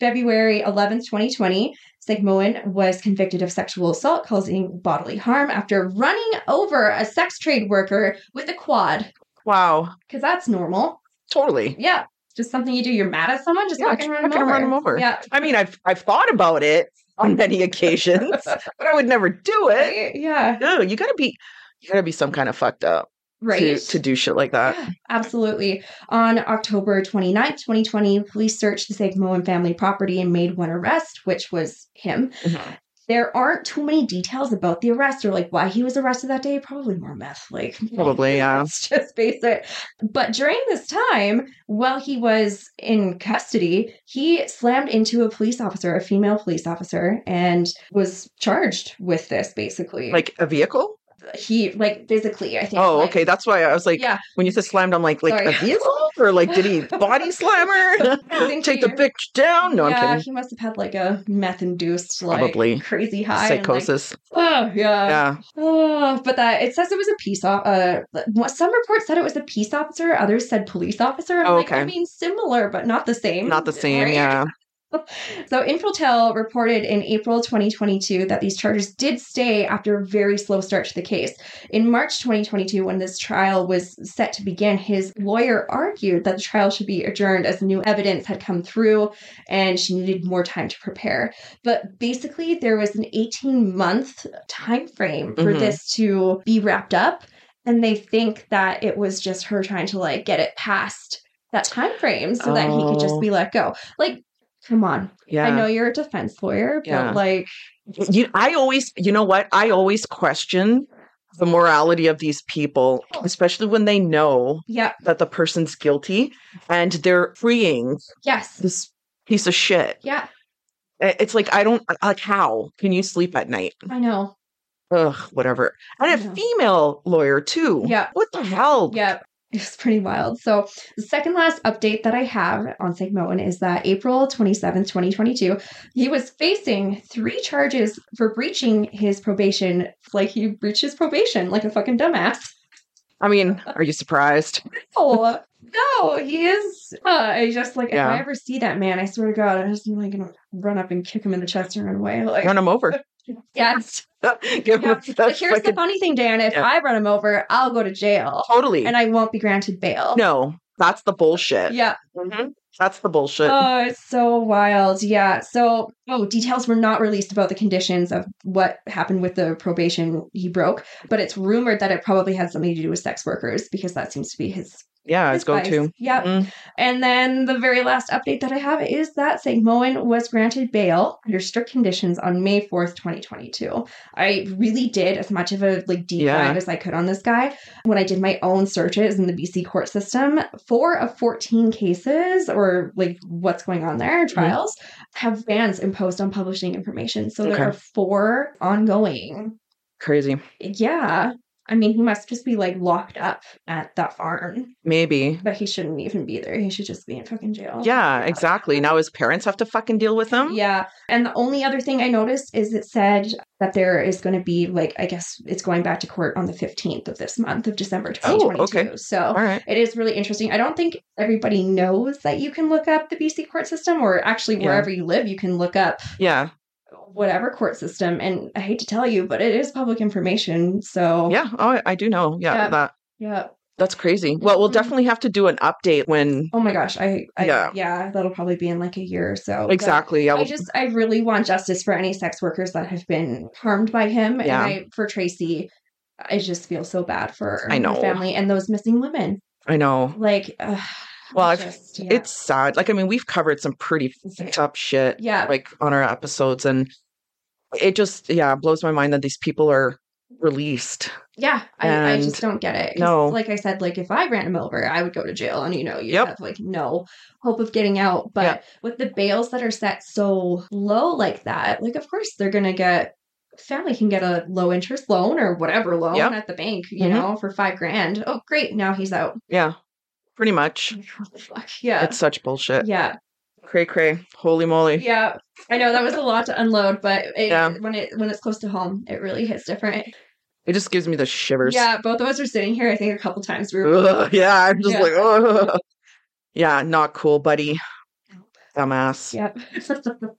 [SPEAKER 2] February 11th, 2020, Sigmoen was convicted of sexual assault causing bodily harm after running over a sex trade worker with a quad,
[SPEAKER 1] Wow.
[SPEAKER 2] because that's normal.
[SPEAKER 1] Totally.
[SPEAKER 2] Yeah, just something you do. You're mad at someone, just
[SPEAKER 1] Yeah,
[SPEAKER 2] fucking run
[SPEAKER 1] I'm
[SPEAKER 2] them
[SPEAKER 1] gonna
[SPEAKER 2] over.
[SPEAKER 1] run them over.
[SPEAKER 2] Yeah.
[SPEAKER 1] I mean, I've I've thought about it on many
[SPEAKER 2] [LAUGHS]
[SPEAKER 1] occasions, but I would never do it.
[SPEAKER 2] Right? Yeah,
[SPEAKER 1] No, you gotta be you gotta be some kind of fucked up
[SPEAKER 2] right.
[SPEAKER 1] to, to do shit like that.
[SPEAKER 2] Yeah, absolutely. On October 29th, 2020, police searched the Sagmoan family property and made one arrest, which was him.
[SPEAKER 1] Mhm.
[SPEAKER 2] There aren't too many details about the arrest or like why he was arrested that day. Probably more meth. Like,
[SPEAKER 1] Probably, yeah.
[SPEAKER 2] let's just face it. But during this time, while he was in custody, he slammed into a police officer, a female police officer, and was charged with this basically.
[SPEAKER 1] Like a vehicle?
[SPEAKER 2] he, like physically, I think.
[SPEAKER 1] Oh,
[SPEAKER 2] like-
[SPEAKER 1] okay. That's why I was like,
[SPEAKER 2] yeah,
[SPEAKER 1] when you said slammed, I'm like, like
[SPEAKER 2] Sorry.
[SPEAKER 1] a vehicle or like did
[SPEAKER 2] [LAUGHS]
[SPEAKER 1] he body slammer? [LAUGHS]
[SPEAKER 2] Thank
[SPEAKER 1] Take the
[SPEAKER 2] you.
[SPEAKER 1] bitch down? No,
[SPEAKER 2] yeah,
[SPEAKER 1] I'm kidding.
[SPEAKER 2] he must have had like a meth induced, like
[SPEAKER 1] Probably.
[SPEAKER 2] crazy high and, like-
[SPEAKER 1] Psychosis.
[SPEAKER 2] oh yeah.
[SPEAKER 1] yeah.
[SPEAKER 2] Oh, but that it says it was a peace officer. Uh, what- some reports said it was a peace officer. Others said police officer. I'm
[SPEAKER 1] Oh,
[SPEAKER 2] like,
[SPEAKER 1] okay.
[SPEAKER 2] I mean, similar but not the same.
[SPEAKER 1] Not the same.
[SPEAKER 2] right?
[SPEAKER 1] Yeah.
[SPEAKER 2] So Infotel reported in April 2022 that these charges did stay after a very slow start to the case. In March 2022, when this trial was set to begin, his lawyer argued that the trial should be adjourned as new evidence had come through and she needed more time to prepare. But basically, there was an 18 month time frame for
[SPEAKER 1] Mhm.
[SPEAKER 2] this to be wrapped up. And they think that it was just her trying to like get it past that time frame so that he could just
[SPEAKER 1] Oh.
[SPEAKER 2] be let go. Like, come on.
[SPEAKER 1] Yeah.
[SPEAKER 2] I know you're a defense lawyer, but
[SPEAKER 1] Yeah.
[SPEAKER 2] like,
[SPEAKER 1] You, I always, you know what? I always question the morality of these people, especially when they know
[SPEAKER 2] yeah,
[SPEAKER 1] that the person's guilty and they're freeing
[SPEAKER 2] yes,
[SPEAKER 1] this piece of shit.
[SPEAKER 2] yeah,
[SPEAKER 1] I- It's like, I don't, like, how can you sleep at night?
[SPEAKER 2] I know.
[SPEAKER 1] Ugh, whatever. And a
[SPEAKER 2] Yeah.
[SPEAKER 1] female lawyer, too.
[SPEAKER 2] Yeah.
[SPEAKER 1] What the hell?
[SPEAKER 2] Yeah, [LAUGHS] It's pretty wild. So, the second last update that I have on Sigmoan is that April 27th, 2022, he was facing three charges for breaching his probation. Like, he breached his probation like a fucking dumbass. [LAUGHS]
[SPEAKER 1] I mean, are you surprised?
[SPEAKER 2] No, Oh, no, he is. Uh, I just like,
[SPEAKER 1] Yeah.
[SPEAKER 2] if I ever see that man, I swear to God, I'm just like gonna run up and kick him in the chest and run away. Like,
[SPEAKER 1] Run him
[SPEAKER 2] [LAUGHS]
[SPEAKER 1] over.
[SPEAKER 2] yes.
[SPEAKER 1] [LAUGHS] Give him
[SPEAKER 2] Yeah.
[SPEAKER 1] that
[SPEAKER 2] But here's the
[SPEAKER 1] fucking-
[SPEAKER 2] funny thing, Dan. If
[SPEAKER 1] Yeah.
[SPEAKER 2] I run him over, I'll go to jail
[SPEAKER 1] totally.
[SPEAKER 2] and I won't be granted bail.
[SPEAKER 1] no, that's the bullshit.
[SPEAKER 2] Yeah.
[SPEAKER 1] Mhm. That's the bullshit.
[SPEAKER 2] Oh, it's so wild. Yeah. So, oh, details were not released about the conditions of what happened with the probation he broke, but it's rumored that it probably had something to do with sex workers because that seems to be his.
[SPEAKER 1] yeah,
[SPEAKER 2] his
[SPEAKER 1] it's go to.
[SPEAKER 2] vice. Yep.
[SPEAKER 1] Mm.
[SPEAKER 2] And then the very last update that I have is that Moen was granted bail under strict conditions on May 4th, 2022. I really did as much of a like deep
[SPEAKER 1] Yeah.
[SPEAKER 2] dive as I could on this guy. When I did my own searches in the BC court system, four of 14 cases or like what's going on there,
[SPEAKER 1] Mm-hmm.
[SPEAKER 2] trials, have bans imposed on publishing information. So
[SPEAKER 1] Okay.
[SPEAKER 2] there are four ongoing.
[SPEAKER 1] Crazy.
[SPEAKER 2] Yeah. I mean, he must just be like locked up at that farm.
[SPEAKER 1] Maybe.
[SPEAKER 2] But he shouldn't even be there. He should just be in fucking jail.
[SPEAKER 1] Yeah, exactly. Now his parents have to fucking deal with him.
[SPEAKER 2] Oh, Yeah. And the only other thing I noticed is it said that there is going to be, like, I guess it's going back to court on the 15th of this month, of December
[SPEAKER 1] Oh,
[SPEAKER 2] 2022. So
[SPEAKER 1] All right.
[SPEAKER 2] it is really interesting. I don't think everybody knows that you can look up the BC court system, or actually,
[SPEAKER 1] Yeah.
[SPEAKER 2] wherever you live, you can look up
[SPEAKER 1] Yeah.
[SPEAKER 2] whatever court system. And I hate to tell you, but it is public information. So,
[SPEAKER 1] Yeah. Oh, I- I do know. Yeah,
[SPEAKER 2] Yeah.
[SPEAKER 1] That
[SPEAKER 2] yeah.
[SPEAKER 1] that's crazy. Well, we'll
[SPEAKER 2] Mhm.
[SPEAKER 1] definitely have to do an update when
[SPEAKER 2] Oh my gosh. I, I
[SPEAKER 1] Yeah.
[SPEAKER 2] yeah. That'll probably be in like a year or so. But-
[SPEAKER 1] exactly. Yeah.
[SPEAKER 2] Oh, I
[SPEAKER 1] we'll-
[SPEAKER 2] just I really want justice for any sex workers that have been harmed by him.
[SPEAKER 1] Yeah.
[SPEAKER 2] And I for Tracy, I just feel so bad for
[SPEAKER 1] I know.
[SPEAKER 2] her family and those missing women.
[SPEAKER 1] I know.
[SPEAKER 2] Like uh,
[SPEAKER 1] Well, I've-
[SPEAKER 2] just, yeah.
[SPEAKER 1] It's sad. Like I mean, we've covered some pretty fucked up shit
[SPEAKER 2] yeah.
[SPEAKER 1] like on our episodes and it just yeah, blows my mind that these people are released.
[SPEAKER 2] Yeah. I, I
[SPEAKER 1] And-
[SPEAKER 2] just don't get it. 'Cause
[SPEAKER 1] No.
[SPEAKER 2] Like I said, like if I ran him over, I would go to jail and you know, you
[SPEAKER 1] Yep.
[SPEAKER 2] have like no hope of getting out. But
[SPEAKER 1] Yeah.
[SPEAKER 2] with the bails that are set so low like that, like of course they're gonna get family can get a low interest loan or whatever loan
[SPEAKER 1] Yep.
[SPEAKER 2] at the bank, you
[SPEAKER 1] Mhm.
[SPEAKER 2] know, for five grand. Oh great, now he's out.
[SPEAKER 1] Yeah. Pretty much.
[SPEAKER 2] Fuck, yeah.
[SPEAKER 1] It's such bullshit.
[SPEAKER 2] yeah.
[SPEAKER 1] [LAUGHS] Cray cray. Holy moly.
[SPEAKER 2] Yeah. I know that was a lot to unload, but it,
[SPEAKER 1] Yeah.
[SPEAKER 2] when it when it's close to home, it really hits different.
[SPEAKER 1] It just gives me the shivers.
[SPEAKER 2] Yeah, both of us were sitting here, I think a couple times we were
[SPEAKER 1] Ugh, [LAUGHS] yeah, I'm just
[SPEAKER 2] Yeah.
[SPEAKER 1] like, [LAUGHS] oh, yeah, not cool, buddy. Dumbass.
[SPEAKER 2] Yep.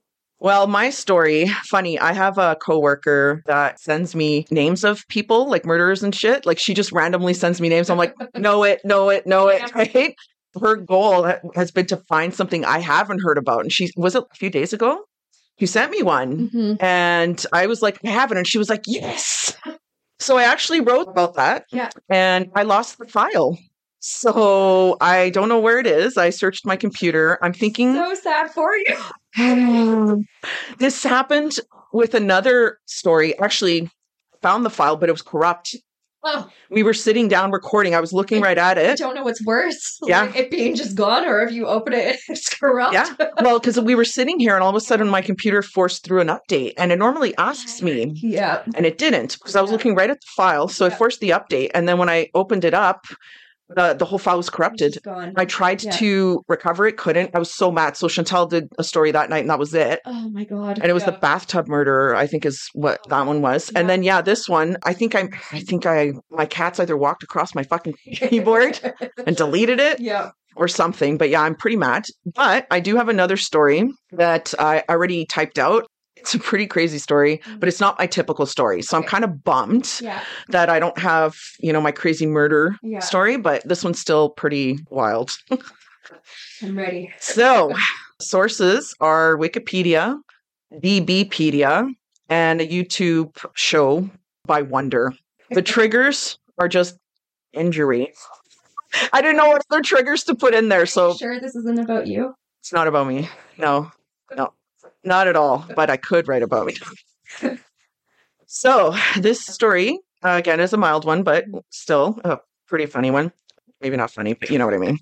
[SPEAKER 2] [LAUGHS]
[SPEAKER 1] Well, my story, funny, I have a coworker that sends me names of people, like murderers and shit. Like she just randomly sends me names. I'm
[SPEAKER 2] [LAUGHS]
[SPEAKER 1] like, know it, know it, know it,
[SPEAKER 2] Yeah.
[SPEAKER 1] right? Her goal ha- has been to find something I haven't heard about. And she was it a few days ago? You sent me one.
[SPEAKER 2] Mhm.
[SPEAKER 1] And I was like, I haven't. And she was like, yes. So I actually wrote about that.
[SPEAKER 2] Yeah.
[SPEAKER 1] And I lost the file. So I don't know where it is. I searched my computer. I'm thinking
[SPEAKER 2] So sad for you.
[SPEAKER 1] [SIGHS] this happened with another story. Actually, found the file, but it was corrupt.
[SPEAKER 2] Oh,
[SPEAKER 1] We were sitting down recording. I was looking right at
[SPEAKER 2] I [LAUGHS]
[SPEAKER 1] it.
[SPEAKER 2] don't know what's worse.
[SPEAKER 1] Yeah.
[SPEAKER 2] Like it being just gone or if you open it [LAUGHS] it's corrupt.
[SPEAKER 1] Yeah. Well, because we were sitting here and all of a sudden my computer forced through an update and it normally asks me
[SPEAKER 2] [LAUGHS] Yeah.
[SPEAKER 1] and it didn't because I was
[SPEAKER 2] Yeah.
[SPEAKER 1] looking right at the file. So it
[SPEAKER 2] Yeah.
[SPEAKER 1] forced the update. And then when I opened it up, the, the whole file was corrupted.
[SPEAKER 2] It's gone.
[SPEAKER 1] I tried
[SPEAKER 2] Yeah.
[SPEAKER 1] to recover it, couldn't. I was so mad. So Chantel did a story that night and that was it.
[SPEAKER 2] Oh my god.
[SPEAKER 1] and it was
[SPEAKER 2] Yeah.
[SPEAKER 1] the bathtub murderer i think is what that one was and
[SPEAKER 2] Yeah.
[SPEAKER 1] then yeah this one i think i i think i my cat's either walked across my fucking keyboard and deleted it
[SPEAKER 2] [LAUGHS] yeah.
[SPEAKER 1] or something but yeah i'm pretty mad but i do have another story that i already typed out it's a pretty crazy story but it's not my typical story so i'm
[SPEAKER 2] Mm-hmm. Okay.
[SPEAKER 1] kind of
[SPEAKER 2] [LAUGHS]
[SPEAKER 1] bummed
[SPEAKER 2] Yeah.
[SPEAKER 1] that i don't have you know my crazy murder
[SPEAKER 2] Yeah.
[SPEAKER 1] story but this one's still pretty wild
[SPEAKER 2] I'm ready.
[SPEAKER 1] so, sources are Wikipedia, DBpedia, and a YouTube show by Wonder. The triggers are just injury. I didn't know what other triggers to put in there,
[SPEAKER 2] Are you
[SPEAKER 1] so
[SPEAKER 2] sure this isn't about you?
[SPEAKER 1] it's not about me. No, no, not at all. But I could write about me. So this story uh, again is a mild one, but still a pretty funny one. Maybe not funny, but you know what I mean.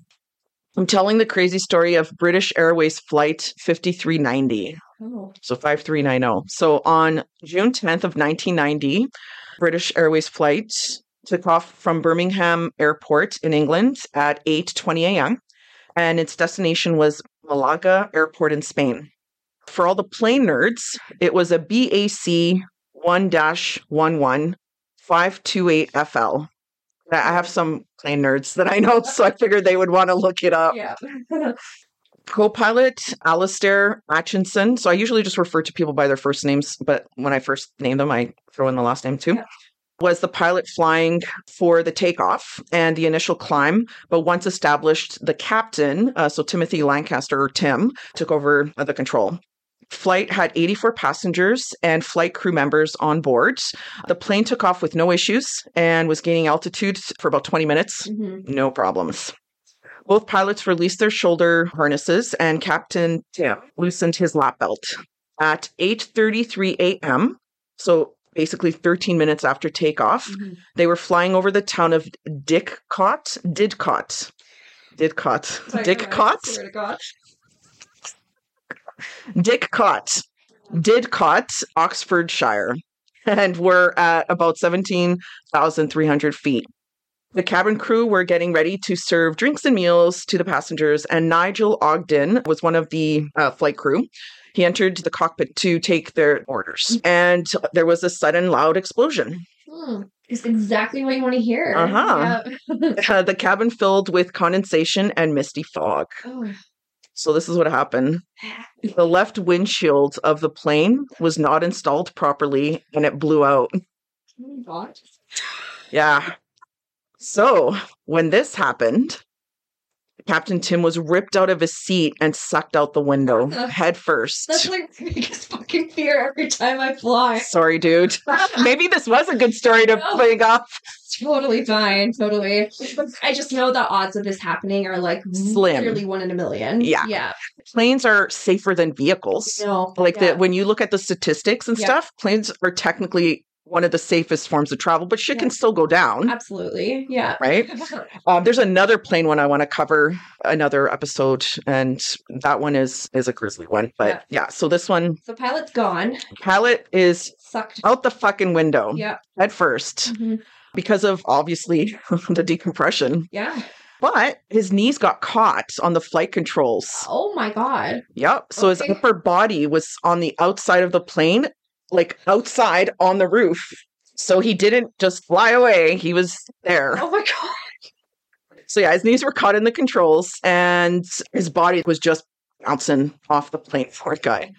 [SPEAKER 1] I'm telling the crazy story of British Airways Flight 5390.
[SPEAKER 2] Oh.
[SPEAKER 1] So oh. 5390. So on June 10th of 1990, British Airways flight took off from Birmingham Airport in England at 8:20 a.m. and its destination was Malaga Airport in Spain. For all the plane nerds, it was a BAC 1-11 528FL. I have some plane nerds that I know, so I figured they would want to look it up.
[SPEAKER 2] Yeah.
[SPEAKER 1] Co-pilot Alistair Atchinson. So I usually just refer to people by their first names, but when I first name them, I throw in the last name too.
[SPEAKER 2] Yeah.
[SPEAKER 1] Was the pilot flying for the takeoff and the initial climb? But once established, the captain, uh, so Timothy Lancaster or Tim, took over the control. Flight had 84 passengers and flight crew members on board. The plane took off with no issues and was gaining altitude for about 20 minutes
[SPEAKER 2] Mhm.
[SPEAKER 1] no problems. Both pilots released their shoulder harnesses and Captain Tim loosened his lap belt at 8:33 a.m. So basically 13 minutes after takeoff,
[SPEAKER 2] Mhm.
[SPEAKER 1] they were flying over the town of Didcot, Didcot. Didcot.
[SPEAKER 2] Sorry, never mind,
[SPEAKER 1] Didcot.
[SPEAKER 2] Swear to God.
[SPEAKER 1] Didcot. Didcot, Oxfordshire, [LAUGHS] and were at about 17,300 feet. The cabin crew were getting ready to serve drinks and meals to the passengers, and Nigel Ogden was one of the uh, flight crew. He entered the cockpit to take their orders, and there was a sudden loud explosion.
[SPEAKER 2] Hmm. It's exactly what you want to hear.
[SPEAKER 1] Uh-huh.
[SPEAKER 2] Yeah.
[SPEAKER 1] Uh, the cabin filled with condensation and misty fog.
[SPEAKER 2] Oh.
[SPEAKER 1] So, this is what happened. The left windshield of the plane was not installed properly, and it blew out.
[SPEAKER 2] Oh my God.
[SPEAKER 1] Yeah. So when this happened, Captain Tim was ripped out of his seat and sucked out the
[SPEAKER 2] [LAUGHS]
[SPEAKER 1] window
[SPEAKER 2] Ugh.
[SPEAKER 1] head first.
[SPEAKER 2] That's like my [LAUGHS] biggest fucking fear every time I fly. [LAUGHS]
[SPEAKER 1] Sorry, dude. [LAUGHS] Maybe this was a good story to
[SPEAKER 2] No.
[SPEAKER 1] bring up.
[SPEAKER 2] totally fine. Totally. I just know the odds of this happening are like
[SPEAKER 1] Slim.
[SPEAKER 2] Literally one in a million.
[SPEAKER 1] Yeah.
[SPEAKER 2] Yeah.
[SPEAKER 1] Planes are safer than vehicles.
[SPEAKER 2] No.
[SPEAKER 1] Like
[SPEAKER 2] yeah.
[SPEAKER 1] the, when you look at the statistics and
[SPEAKER 2] Yeah.
[SPEAKER 1] stuff, planes are technically one of the safest forms of travel, but shit
[SPEAKER 2] Yeah.
[SPEAKER 1] can still go down,
[SPEAKER 2] Absolutely. Yeah. [LAUGHS]
[SPEAKER 1] right? Um, there's another plane one I want to cover another episode, and that one is is a grizzly one. But yeah so this one
[SPEAKER 2] so pilot's gone.
[SPEAKER 1] Pallet is
[SPEAKER 2] Sucked.
[SPEAKER 1] out the fucking window
[SPEAKER 2] Yeah.
[SPEAKER 1] head first
[SPEAKER 2] Mhm.
[SPEAKER 1] because of obviously [LAUGHS] the decompression.
[SPEAKER 2] Yeah.
[SPEAKER 1] But his knees got caught on the flight controls.
[SPEAKER 2] Oh my god.
[SPEAKER 1] Yep. So
[SPEAKER 2] Okay.
[SPEAKER 1] his upper body was on the outside of the plane, like outside on the roof. So he didn't just fly away, he was there.
[SPEAKER 2] Oh my [LAUGHS] god.
[SPEAKER 1] So yeah, his knees were caught in the controls and his body was just bouncing off the plane. Poor guy.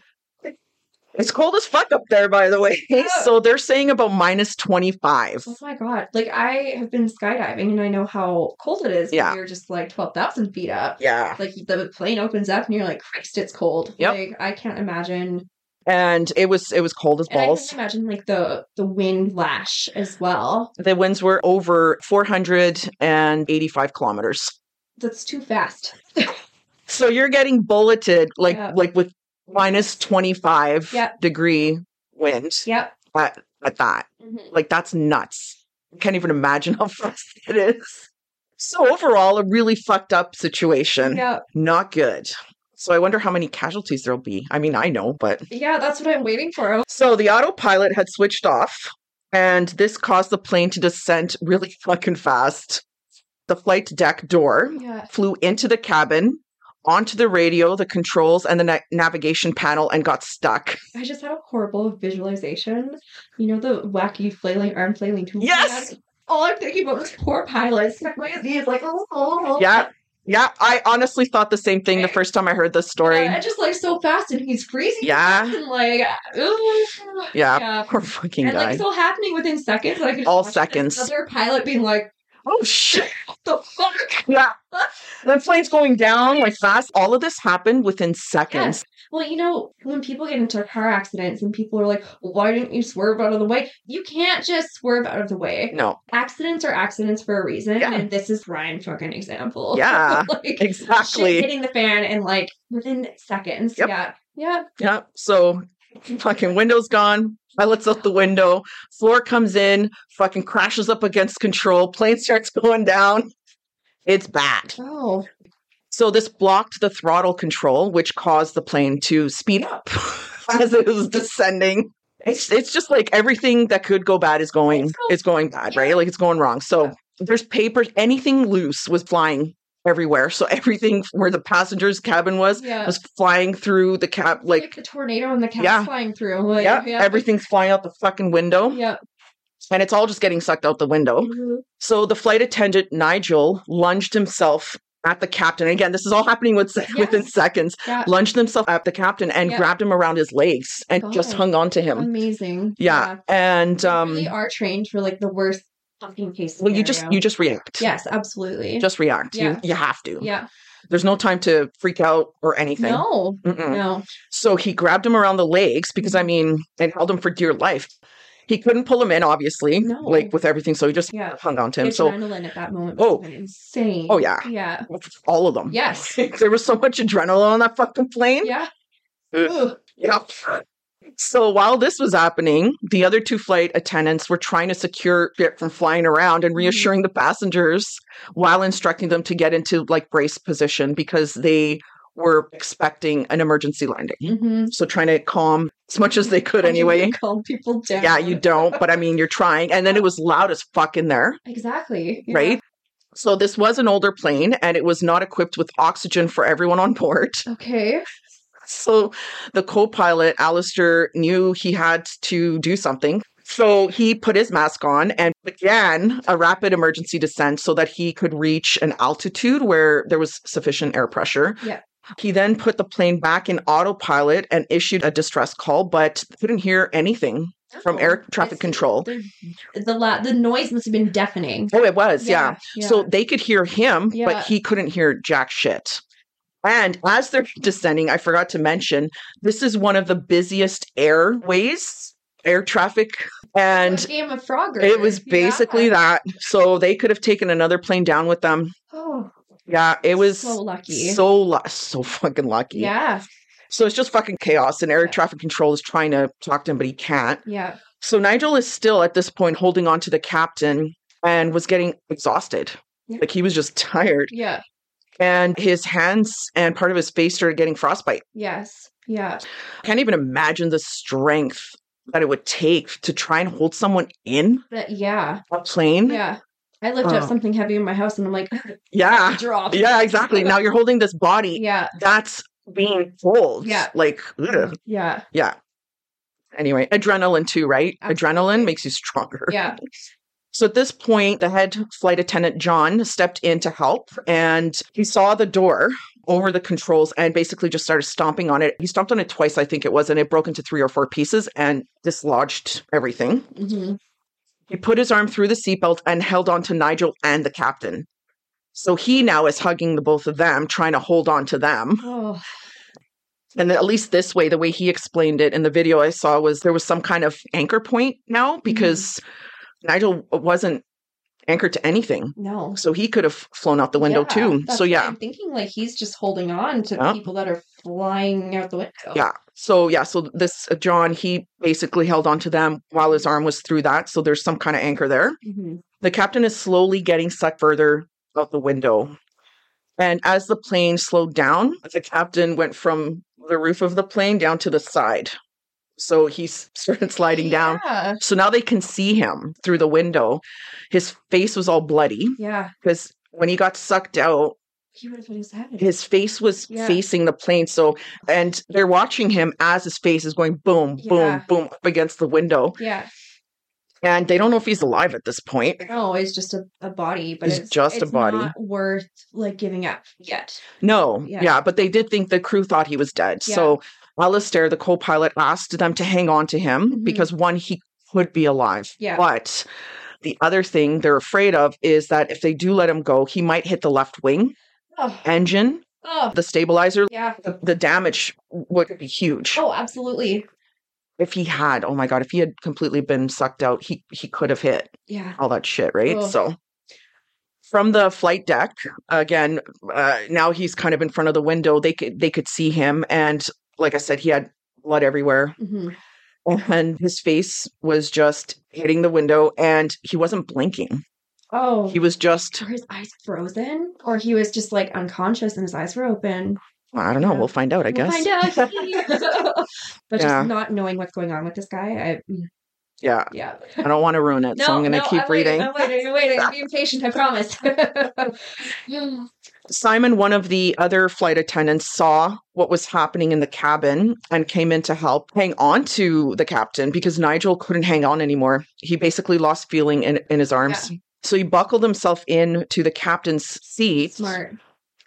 [SPEAKER 1] It's cold as fuck up there, by the way.
[SPEAKER 2] Yeah.
[SPEAKER 1] So they're saying about minus 25.
[SPEAKER 2] Oh my god. Like I have been skydiving and I know how cold it is. when
[SPEAKER 1] Yeah.
[SPEAKER 2] You're just like twelve thousand feet up.
[SPEAKER 1] Yeah.
[SPEAKER 2] Like the plane opens up and you're like, Christ, it's cold.
[SPEAKER 1] Yep.
[SPEAKER 2] Like I can't imagine.
[SPEAKER 1] And it was it was cold as
[SPEAKER 2] And I
[SPEAKER 1] balls.
[SPEAKER 2] can imagine like the the wind lash as well.
[SPEAKER 1] The winds were over 485 kilometers.
[SPEAKER 2] That's too fast.
[SPEAKER 1] So you're getting bulleted like
[SPEAKER 2] Yeah.
[SPEAKER 1] like with minus 25
[SPEAKER 2] Yeah.
[SPEAKER 1] degree wind
[SPEAKER 2] Yep.
[SPEAKER 1] at, at that.
[SPEAKER 2] Mhm.
[SPEAKER 1] Like that's nuts. I can't even imagine how [LAUGHS] fast it is. So overall, a really fucked up situation.
[SPEAKER 2] Yeah,
[SPEAKER 1] Not good. So I wonder how many casualties there'll be. I mean, I know, but
[SPEAKER 2] yeah, that's what I'm waiting for.
[SPEAKER 1] so the autopilot had switched off, and this caused the plane to descend really fucking fast. The flight deck door
[SPEAKER 2] Yeah.
[SPEAKER 1] flew into the cabin, onto the radio, the controls, and the na- navigation panel, and got stuck.
[SPEAKER 2] I just had a horrible visualization. You know the wacky flailing arm flailing tube?
[SPEAKER 1] Yes!
[SPEAKER 2] man? All I'm thinking about was poor pilot stuck by his knees, like oh, oh, oh. Eh.
[SPEAKER 1] Yeah. Yeah, I honestly thought the same thing the first time I heard this story.
[SPEAKER 2] Yeah, and just like so fast, and he's freezing.
[SPEAKER 1] Yeah.
[SPEAKER 2] and, [LAUGHS] like ooh,
[SPEAKER 1] Yeah.
[SPEAKER 2] yeah.
[SPEAKER 1] Poor fucking
[SPEAKER 2] And
[SPEAKER 1] guy.
[SPEAKER 2] like so happening within seconds, like
[SPEAKER 1] All seconds.
[SPEAKER 2] Another pilot being like,
[SPEAKER 1] oh shit.
[SPEAKER 2] "What "The fuck!" [LAUGHS]
[SPEAKER 1] Yeah. the plane's going down like fast. All of this happened within seconds.
[SPEAKER 2] Yes. Well, you know, when people get into car accidents and people are like, "Why didn't you swerve out of the way?" You can't just swerve out of the way.
[SPEAKER 1] No.
[SPEAKER 2] accidents are accidents for a reason,
[SPEAKER 1] Yeah.
[SPEAKER 2] and this is prime fucking example. [LAUGHS]
[SPEAKER 1] Yeah,
[SPEAKER 2] like shit
[SPEAKER 1] Exactly.
[SPEAKER 2] hitting the fan and like within seconds.
[SPEAKER 1] Yep.
[SPEAKER 2] Yeah, yeah.
[SPEAKER 1] Yeah. So fucking window's gone. Pilot's out the window. Floor comes in, fucking crashes up against control. Plane starts [LAUGHS] going down. It's bad.
[SPEAKER 2] Oh,
[SPEAKER 1] So this blocked the [LAUGHS] throttle control, which caused the plane to speed up as it was descending. it's it's just like everything that could go bad is going
[SPEAKER 2] It's go-
[SPEAKER 1] is going bad,
[SPEAKER 2] yeah.
[SPEAKER 1] right? Like it's going wrong. So
[SPEAKER 2] Yeah.
[SPEAKER 1] there's paper, anything loose was flying everywhere. So everything where the passenger's cabin was
[SPEAKER 2] Yeah.
[SPEAKER 1] was flying through the cab.
[SPEAKER 2] like,
[SPEAKER 1] Like
[SPEAKER 2] the tornado and the cats
[SPEAKER 1] Yeah.
[SPEAKER 2] flying through. Like,
[SPEAKER 1] yeah, everything's flying out the fucking window, [LAUGHS]
[SPEAKER 2] Yeah.
[SPEAKER 1] and it's all just getting sucked out the window.
[SPEAKER 2] Mhm.
[SPEAKER 1] So the flight attendant Nigel lunged himself at the captain. Again, this is all happening with, se- within
[SPEAKER 2] Yes.
[SPEAKER 1] seconds.
[SPEAKER 2] Yeah.
[SPEAKER 1] Lunged himself at the captain and
[SPEAKER 2] Yeah.
[SPEAKER 1] grabbed him around his legs and just
[SPEAKER 2] God.
[SPEAKER 1] hung on to him.
[SPEAKER 2] Amazing.
[SPEAKER 1] yeah. and
[SPEAKER 2] We
[SPEAKER 1] um,
[SPEAKER 2] really are trained for like the worst fucking case.
[SPEAKER 1] well, you just
[SPEAKER 2] scenario.
[SPEAKER 1] you just react.
[SPEAKER 2] yes, absolutely.
[SPEAKER 1] Just react.
[SPEAKER 2] Yeah.
[SPEAKER 1] You, you have to.
[SPEAKER 2] yeah.
[SPEAKER 1] There's no time to freak out or anything.
[SPEAKER 2] No.
[SPEAKER 1] Mm-mm.
[SPEAKER 2] No.
[SPEAKER 1] So he grabbed him around the legs because I mean, and held him for dear life. He couldn't pull him in, obviously,
[SPEAKER 2] No.
[SPEAKER 1] like with everything. So he just
[SPEAKER 2] Yeah.
[SPEAKER 1] hung on to him.
[SPEAKER 2] His
[SPEAKER 1] So
[SPEAKER 2] adrenaline at that moment.
[SPEAKER 1] Oh.
[SPEAKER 2] Oh, insane.
[SPEAKER 1] Oh, yeah.
[SPEAKER 2] Yeah.
[SPEAKER 1] [LAUGHS] all of them.
[SPEAKER 2] [LAUGHS] Yes.
[SPEAKER 1] There was so much adrenaline on that fucking plane.
[SPEAKER 2] Yeah.
[SPEAKER 1] Ugh.
[SPEAKER 2] Ugh.
[SPEAKER 1] Yep. So while this was happening, the other two flight attendants were trying to secure it from flying around
[SPEAKER 2] Mm-hmm.
[SPEAKER 1] and reassuring the passengers while instructing them to get into like brace position because they were expecting an emergency landing.
[SPEAKER 2] Mhm.
[SPEAKER 1] So trying to calm as much as they could
[SPEAKER 2] How do you
[SPEAKER 1] anyway.
[SPEAKER 2] Calm people down.
[SPEAKER 1] Yeah, you don't, but I mean, you're trying. And then it was loud as fuck in there
[SPEAKER 2] Exactly. Yeah.
[SPEAKER 1] right? So this was an older plane and it was not equipped with oxygen for everyone on board. [LAUGHS]
[SPEAKER 2] Okay.
[SPEAKER 1] So the co-pilot, Alistair, knew he had to do something. So he put his mask on and began a rapid emergency descent so that he could reach an altitude where there was sufficient air pressure.
[SPEAKER 2] Yeah.
[SPEAKER 1] He then put the plane back in autopilot and issued a distress call, but couldn't hear anything from
[SPEAKER 2] Oh,
[SPEAKER 1] air traffic
[SPEAKER 2] it's-
[SPEAKER 1] control.
[SPEAKER 2] The the, la- the noise must have been deafening.
[SPEAKER 1] Oh, it was, yeah. So
[SPEAKER 2] yeah.
[SPEAKER 1] they could hear him,
[SPEAKER 2] Yeah.
[SPEAKER 1] but he couldn't hear jack shit. And as they're [LAUGHS] descending, I forgot to mention, this is one of the busiest airways, air traffic. And
[SPEAKER 2] Like Game of Frogger.
[SPEAKER 1] it was basically
[SPEAKER 2] Yeah.
[SPEAKER 1] that. So they could have taken another plane down with them.
[SPEAKER 2] Oh,
[SPEAKER 1] Yeah, it was
[SPEAKER 2] so
[SPEAKER 1] so
[SPEAKER 2] lucky.
[SPEAKER 1] so, lu- so fucking lucky.
[SPEAKER 2] yeah,
[SPEAKER 1] So it's just fucking chaos. And air
[SPEAKER 2] Yeah.
[SPEAKER 1] traffic control is trying to talk to him, but he can't.
[SPEAKER 2] yeah,
[SPEAKER 1] So Nigel is still at this point holding on to the captain and was getting exhausted.
[SPEAKER 2] Yeah.
[SPEAKER 1] Like he was just [LAUGHS] tired.
[SPEAKER 2] yeah,
[SPEAKER 1] and his hands and part of his face started getting frostbite.
[SPEAKER 2] yes, yeah,
[SPEAKER 1] Can't even imagine the strength that it would take to try and hold someone in
[SPEAKER 2] but yeah,
[SPEAKER 1] a plane.
[SPEAKER 2] yeah. I lifted
[SPEAKER 1] Mm-hmm. Oh.
[SPEAKER 2] up something heavy in my house, and I'm like, [LAUGHS]
[SPEAKER 1] Yeah.
[SPEAKER 2] drop.
[SPEAKER 1] Yeah, exactly. Now you're holding this body
[SPEAKER 2] [LAUGHS] yeah,
[SPEAKER 1] that's being pulled.
[SPEAKER 2] Yeah.
[SPEAKER 1] Like, ugh.
[SPEAKER 2] yeah,
[SPEAKER 1] yeah. Anyway, adrenaline too, right?
[SPEAKER 2] Absolutely.
[SPEAKER 1] Adrenaline makes you stronger.
[SPEAKER 2] yeah.
[SPEAKER 1] So at this point, the head flight attendant, John, stepped in to help and he saw the door over the controls and basically just started stomping on it. He stomped on it twice, I think it was, and it broke into three or four pieces and dislodged everything.
[SPEAKER 2] hmm
[SPEAKER 1] He put his arm through the seatbelt and held on to Nigel and the captain. So he now is hugging the both of them, trying to hold on to them.
[SPEAKER 2] Oh,
[SPEAKER 1] And at least this way, the way he explained it in the video I saw was there was some kind of anchor point
[SPEAKER 2] Mm-hmm.
[SPEAKER 1] now because Nigel wasn't anchored to anything
[SPEAKER 2] no.
[SPEAKER 1] so he could have flown out the window
[SPEAKER 2] Yeah,
[SPEAKER 1] too.
[SPEAKER 2] that's
[SPEAKER 1] So
[SPEAKER 2] what
[SPEAKER 1] yeah,
[SPEAKER 2] I'm thinking like he's just holding on to
[SPEAKER 1] Yeah.
[SPEAKER 2] people that are flying out the window.
[SPEAKER 1] yeah. So yeah, so this uh, John he basically held on to them while his arm was through that. So there's some kind of anchor there.
[SPEAKER 2] hmm
[SPEAKER 1] The captain is slowly getting sucked further out the window, and as the plane slowed down, the captain went from the roof of the plane down to the side. So he s- [LAUGHS] started sliding down.
[SPEAKER 2] Yeah,
[SPEAKER 1] So now they can see him through the window. His face was all bloody
[SPEAKER 2] yeah.
[SPEAKER 1] because when he got sucked out,
[SPEAKER 2] He would have put his head. in.
[SPEAKER 1] his face was
[SPEAKER 2] Yeah.
[SPEAKER 1] facing the plane so and they're watching him as his face is going boom
[SPEAKER 2] Yeah.
[SPEAKER 1] boom boom up against the window
[SPEAKER 2] Yeah.
[SPEAKER 1] and they don't know if he's alive at this point
[SPEAKER 2] No, it's just a, a body, but
[SPEAKER 1] It's
[SPEAKER 2] it's,
[SPEAKER 1] just a
[SPEAKER 2] it's
[SPEAKER 1] body.
[SPEAKER 2] Not worth like giving up yet.
[SPEAKER 1] no yeah,
[SPEAKER 2] Yeah.
[SPEAKER 1] but they did think the crew thought he was dead
[SPEAKER 2] Yeah.
[SPEAKER 1] so Alistair the co-pilot asked them to hang on to him
[SPEAKER 2] Mhm.
[SPEAKER 1] because one he could be alive
[SPEAKER 2] Yeah.
[SPEAKER 1] but the other thing they're afraid of is that if they do let him go he might hit the left wing
[SPEAKER 2] Oh,
[SPEAKER 1] engine
[SPEAKER 2] oh,
[SPEAKER 1] the stabilizer
[SPEAKER 2] yeah.
[SPEAKER 1] the, the damage would be huge
[SPEAKER 2] Oh, absolutely.
[SPEAKER 1] if he had, oh my god, if he had completely been sucked out, he he could have hit
[SPEAKER 2] Yeah.
[SPEAKER 1] all that shit, right?
[SPEAKER 2] Ugh.
[SPEAKER 1] So from the flight deck again, uh, now he's kind of in front of the window. They could they could see him, and like I said, he had blood everywhere, [LAUGHS]
[SPEAKER 2] Mhm.
[SPEAKER 1] and his face was just hitting the window, and he wasn't blinking.
[SPEAKER 2] Oh,
[SPEAKER 1] He was just
[SPEAKER 2] were his eyes frozen, or he was just like unconscious and his eyes were open.
[SPEAKER 1] Well, I don't know.
[SPEAKER 2] Yeah.
[SPEAKER 1] We'll find out, I guess. [LAUGHS]
[SPEAKER 2] Find out. but
[SPEAKER 1] Yeah. Uh,
[SPEAKER 2] just not knowing what's going on with this guy, I mm,
[SPEAKER 1] Yeah.
[SPEAKER 2] yeah.
[SPEAKER 1] I don't want to ruin it, so I'm going to keep
[SPEAKER 2] I'm
[SPEAKER 1] reading.
[SPEAKER 2] Waiting, I'm waiting. I'm waiting. Be impatient.
[SPEAKER 1] [LAUGHS]
[SPEAKER 2] I promise. [SIGHS]
[SPEAKER 1] Simon, one of the other flight attendants, saw what was happening in the cabin and came in to help hang on to the captain because Nigel couldn't hang on anymore. He basically lost feeling in, in his arms. So he buckled himself in to the captain's seat
[SPEAKER 2] Smart.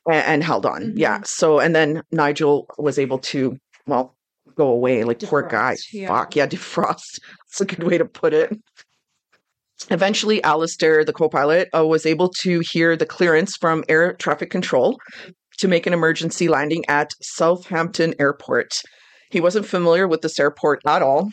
[SPEAKER 1] a- And, held on.
[SPEAKER 2] Mhm.
[SPEAKER 1] Yeah. So, and then Nigel was able to, well, go away. Like, poor guy.
[SPEAKER 2] Defrost, yeah.
[SPEAKER 1] Fuck. Yeah. Defrost. That's a good way to put it. Eventually, Alistair, the co pilot, uh, was able to hear the clearance from air traffic control
[SPEAKER 2] Mm-hmm.
[SPEAKER 1] to make an emergency landing at Southampton Airport. He wasn't familiar with this airport at all,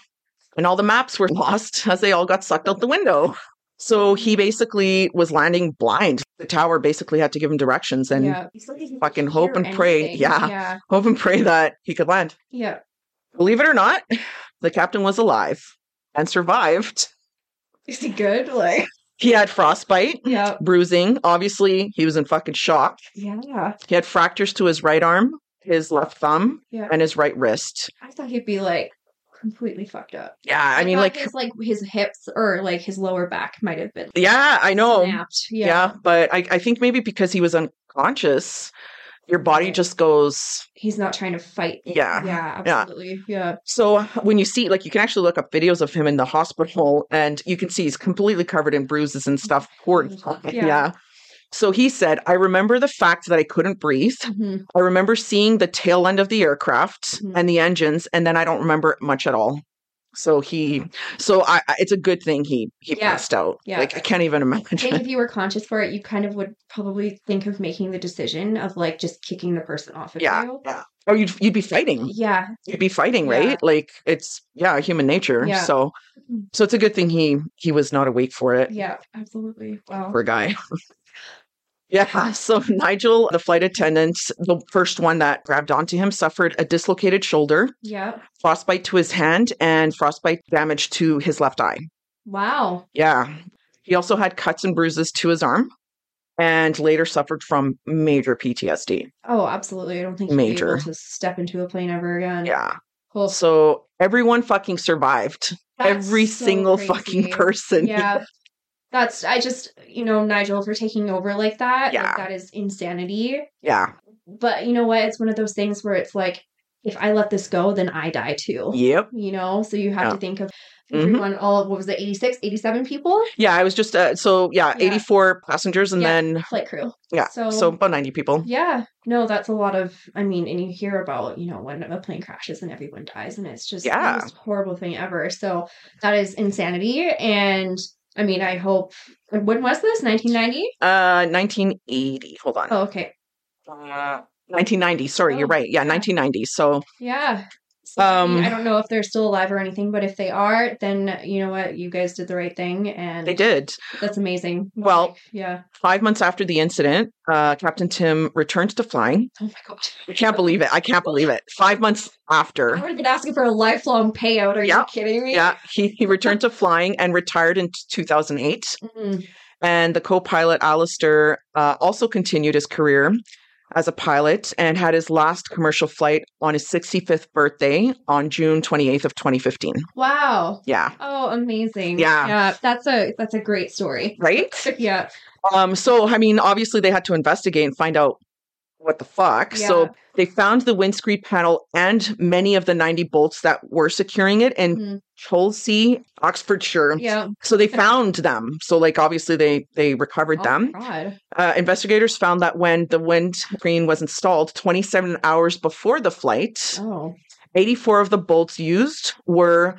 [SPEAKER 1] and all the maps were [LAUGHS] lost as they all got sucked out the window. So he basically was landing blind. The tower basically had to give him directions and
[SPEAKER 2] yeah. He's like, he can
[SPEAKER 1] fucking hope
[SPEAKER 2] hear
[SPEAKER 1] and pray.
[SPEAKER 2] anything.
[SPEAKER 1] Yeah.
[SPEAKER 2] Yeah.
[SPEAKER 1] hope and pray that he could land.
[SPEAKER 2] Yeah.
[SPEAKER 1] Believe it or not, [SIGHS] the captain was alive and survived.
[SPEAKER 2] Is he good? Like.
[SPEAKER 1] He had frostbite,
[SPEAKER 2] [LAUGHS] Yeah.
[SPEAKER 1] bruising. Obviously, he was in fucking shock.
[SPEAKER 2] Yeah.
[SPEAKER 1] He had fractures to his right arm, his left thumb,
[SPEAKER 2] Yeah.
[SPEAKER 1] and his right wrist.
[SPEAKER 2] I thought he'd be like completely fucked up.
[SPEAKER 1] Yeah, I mean,
[SPEAKER 2] thought
[SPEAKER 1] like,
[SPEAKER 2] his, like his hips or like his lower back might have been.
[SPEAKER 1] yeah, I know.
[SPEAKER 2] snapped.
[SPEAKER 1] Yeah.
[SPEAKER 2] Yeah.
[SPEAKER 1] but I, I think maybe because he was unconscious, your body
[SPEAKER 2] Right.
[SPEAKER 1] just goes,
[SPEAKER 2] He's not trying to fight.
[SPEAKER 1] yeah.
[SPEAKER 2] Yeah.
[SPEAKER 1] Yeah.
[SPEAKER 2] Absolutely. Yeah.
[SPEAKER 1] So when you see, like, you can actually look up videos of him in the hospital, and you can see he's completely covered in bruises and stuff. Poor guy.
[SPEAKER 2] Oh, Yeah.
[SPEAKER 1] Yeah. So he said, I remember the fact that I couldn't breathe.
[SPEAKER 2] Mhm.
[SPEAKER 1] I remember seeing the tail end of the aircraft
[SPEAKER 2] Mhm.
[SPEAKER 1] and the engines, and then I don't remember much at all. So he, so I, I- it's a good thing he he
[SPEAKER 2] Yeah.
[SPEAKER 1] passed out.
[SPEAKER 2] Yeah.
[SPEAKER 1] Like I can't even
[SPEAKER 2] I think
[SPEAKER 1] imagine.
[SPEAKER 2] if you were conscious for it, you kind of would probably think of making the decision of like just kicking the person off of
[SPEAKER 1] Yeah, Mm-hmm.
[SPEAKER 2] you.
[SPEAKER 1] yeah. Or Oh, you'd you'd be fighting.
[SPEAKER 2] Yeah.
[SPEAKER 1] You'd be fighting,
[SPEAKER 2] Yeah.
[SPEAKER 1] right? Like it's yeah, human nature.
[SPEAKER 2] Yeah.
[SPEAKER 1] So
[SPEAKER 2] Mhm.
[SPEAKER 1] so it's a good thing he he was not awake for it.
[SPEAKER 2] Yeah. Absolutely. Wow.
[SPEAKER 1] poor
[SPEAKER 2] [LAUGHS]
[SPEAKER 1] guy. yeah. So Nigel, the flight attendant, the first one that grabbed onto him, suffered a dislocated shoulder,
[SPEAKER 2] Yeah.
[SPEAKER 1] frostbite to his hand, and frostbite damage to his left eye.
[SPEAKER 2] Wow.
[SPEAKER 1] Yeah. He also had cuts and bruises to his arm and later suffered from major PTSD.
[SPEAKER 2] Oh, absolutely. I don't think he'd be
[SPEAKER 1] Major.
[SPEAKER 2] able to step into a plane ever again.
[SPEAKER 1] Yeah.
[SPEAKER 2] Cool.
[SPEAKER 1] So everyone fucking survived.
[SPEAKER 2] That's
[SPEAKER 1] Every
[SPEAKER 2] so
[SPEAKER 1] single
[SPEAKER 2] crazy.
[SPEAKER 1] fucking person.
[SPEAKER 2] Yeah. That's I just you know Nigel for taking over like that. like,
[SPEAKER 1] Yeah.
[SPEAKER 2] that is insanity.
[SPEAKER 1] Yeah.
[SPEAKER 2] But you know what? It's one of those things where it's like, if I let this go, then I die too.
[SPEAKER 1] Yep.
[SPEAKER 2] You know. So you have
[SPEAKER 1] Yeah.
[SPEAKER 2] to think of
[SPEAKER 1] Mhm.
[SPEAKER 2] everyone. All what was it? 86, 87 people.
[SPEAKER 1] Yeah. I was just, uh, so yeah,
[SPEAKER 2] Yeah.
[SPEAKER 1] 84 passengers and
[SPEAKER 2] Yeah.
[SPEAKER 1] then,
[SPEAKER 2] Flight crew.
[SPEAKER 1] yeah.
[SPEAKER 2] So-
[SPEAKER 1] so about 90 people.
[SPEAKER 2] Yeah. No, that's a lot of. I mean, and you hear about you know when a plane crashes and everyone dies, and it's just
[SPEAKER 1] Yeah.
[SPEAKER 2] the most horrible thing ever. So that is insanity. And I mean, I hope. When was this? Nineteen ninety.
[SPEAKER 1] Uh, 1980. Hold on.
[SPEAKER 2] Oh, okay.
[SPEAKER 1] Uh, 1990. Sorry,
[SPEAKER 2] Oh,
[SPEAKER 1] you're right. Yeah,
[SPEAKER 2] yeah.
[SPEAKER 1] 1990. So
[SPEAKER 2] Yeah. So, I mean,
[SPEAKER 1] Um,
[SPEAKER 2] I don't know if they're still alive or anything, but if they are, then you know what? You guys did the right thing, and
[SPEAKER 1] they did.
[SPEAKER 2] that's amazing.
[SPEAKER 1] Well-
[SPEAKER 2] Like, yeah.
[SPEAKER 1] Five months after the incident, uh, Captain Tim returned to flying.
[SPEAKER 2] Oh my god.
[SPEAKER 1] I can't believe it. I can't believe it. Five months
[SPEAKER 2] I
[SPEAKER 1] after.
[SPEAKER 2] would have been asking for a lifelong payout. Are
[SPEAKER 1] Yeah.
[SPEAKER 2] you kidding me?
[SPEAKER 1] Yeah, he, he returned to flying and retired in 2008.
[SPEAKER 2] Mm,
[SPEAKER 1] And the co pilot, Alistair, uh, also continued his career as a pilot and had his last commercial flight on his 65th birthday on June 28th of 2015.
[SPEAKER 2] Wow.
[SPEAKER 1] Yeah.
[SPEAKER 2] Oh, amazing.
[SPEAKER 1] Yeah.
[SPEAKER 2] Yeah. That's a that's a
[SPEAKER 1] [LAUGHS]
[SPEAKER 2] great story.
[SPEAKER 1] Right?
[SPEAKER 2] Yeah.
[SPEAKER 1] Um, so I mean, obviously they had to investigate and find out what the fuck.
[SPEAKER 2] Yeah.
[SPEAKER 1] So they found the windscreen panel and many of the 90 bolts that were securing it in
[SPEAKER 2] Mhm.
[SPEAKER 1] Chelsea, Oxfordshire.
[SPEAKER 2] Yeah.
[SPEAKER 1] So they found them. So like obviously they they recovered
[SPEAKER 2] Oh
[SPEAKER 1] them.
[SPEAKER 2] my God.
[SPEAKER 1] Uh, investigators found that when the windscreen was installed 27 hours before the flight,
[SPEAKER 2] Oh.
[SPEAKER 1] 84 of the bolts used were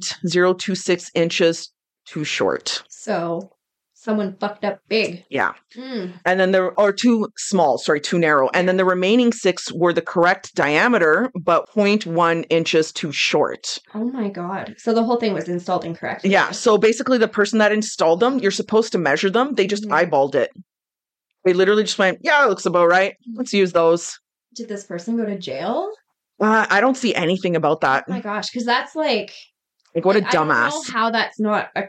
[SPEAKER 1] 0.026 inches too short.
[SPEAKER 2] So someone fucked up big.
[SPEAKER 1] Yeah.
[SPEAKER 2] Mm,
[SPEAKER 1] and then there are too small, sorry, too narrow. And then the remaining six were the correct diameter, but 0.1 inches too short.
[SPEAKER 2] Oh my god. So the whole thing was installed incorrectly.
[SPEAKER 1] Yeah. So basically, the person that installed them, you're supposed to measure them. They just
[SPEAKER 2] Mhm.
[SPEAKER 1] eyeballed it. They literally just went, yeah, it looks about right.
[SPEAKER 2] Mm-hmm.
[SPEAKER 1] Let's use those.
[SPEAKER 2] Did this person go to jail?
[SPEAKER 1] Uh, I don't see anything about that.
[SPEAKER 2] Oh my gosh, because that's like
[SPEAKER 1] Like, Mm. what a
[SPEAKER 2] like, I don't know
[SPEAKER 1] dumbass.
[SPEAKER 2] how that's not a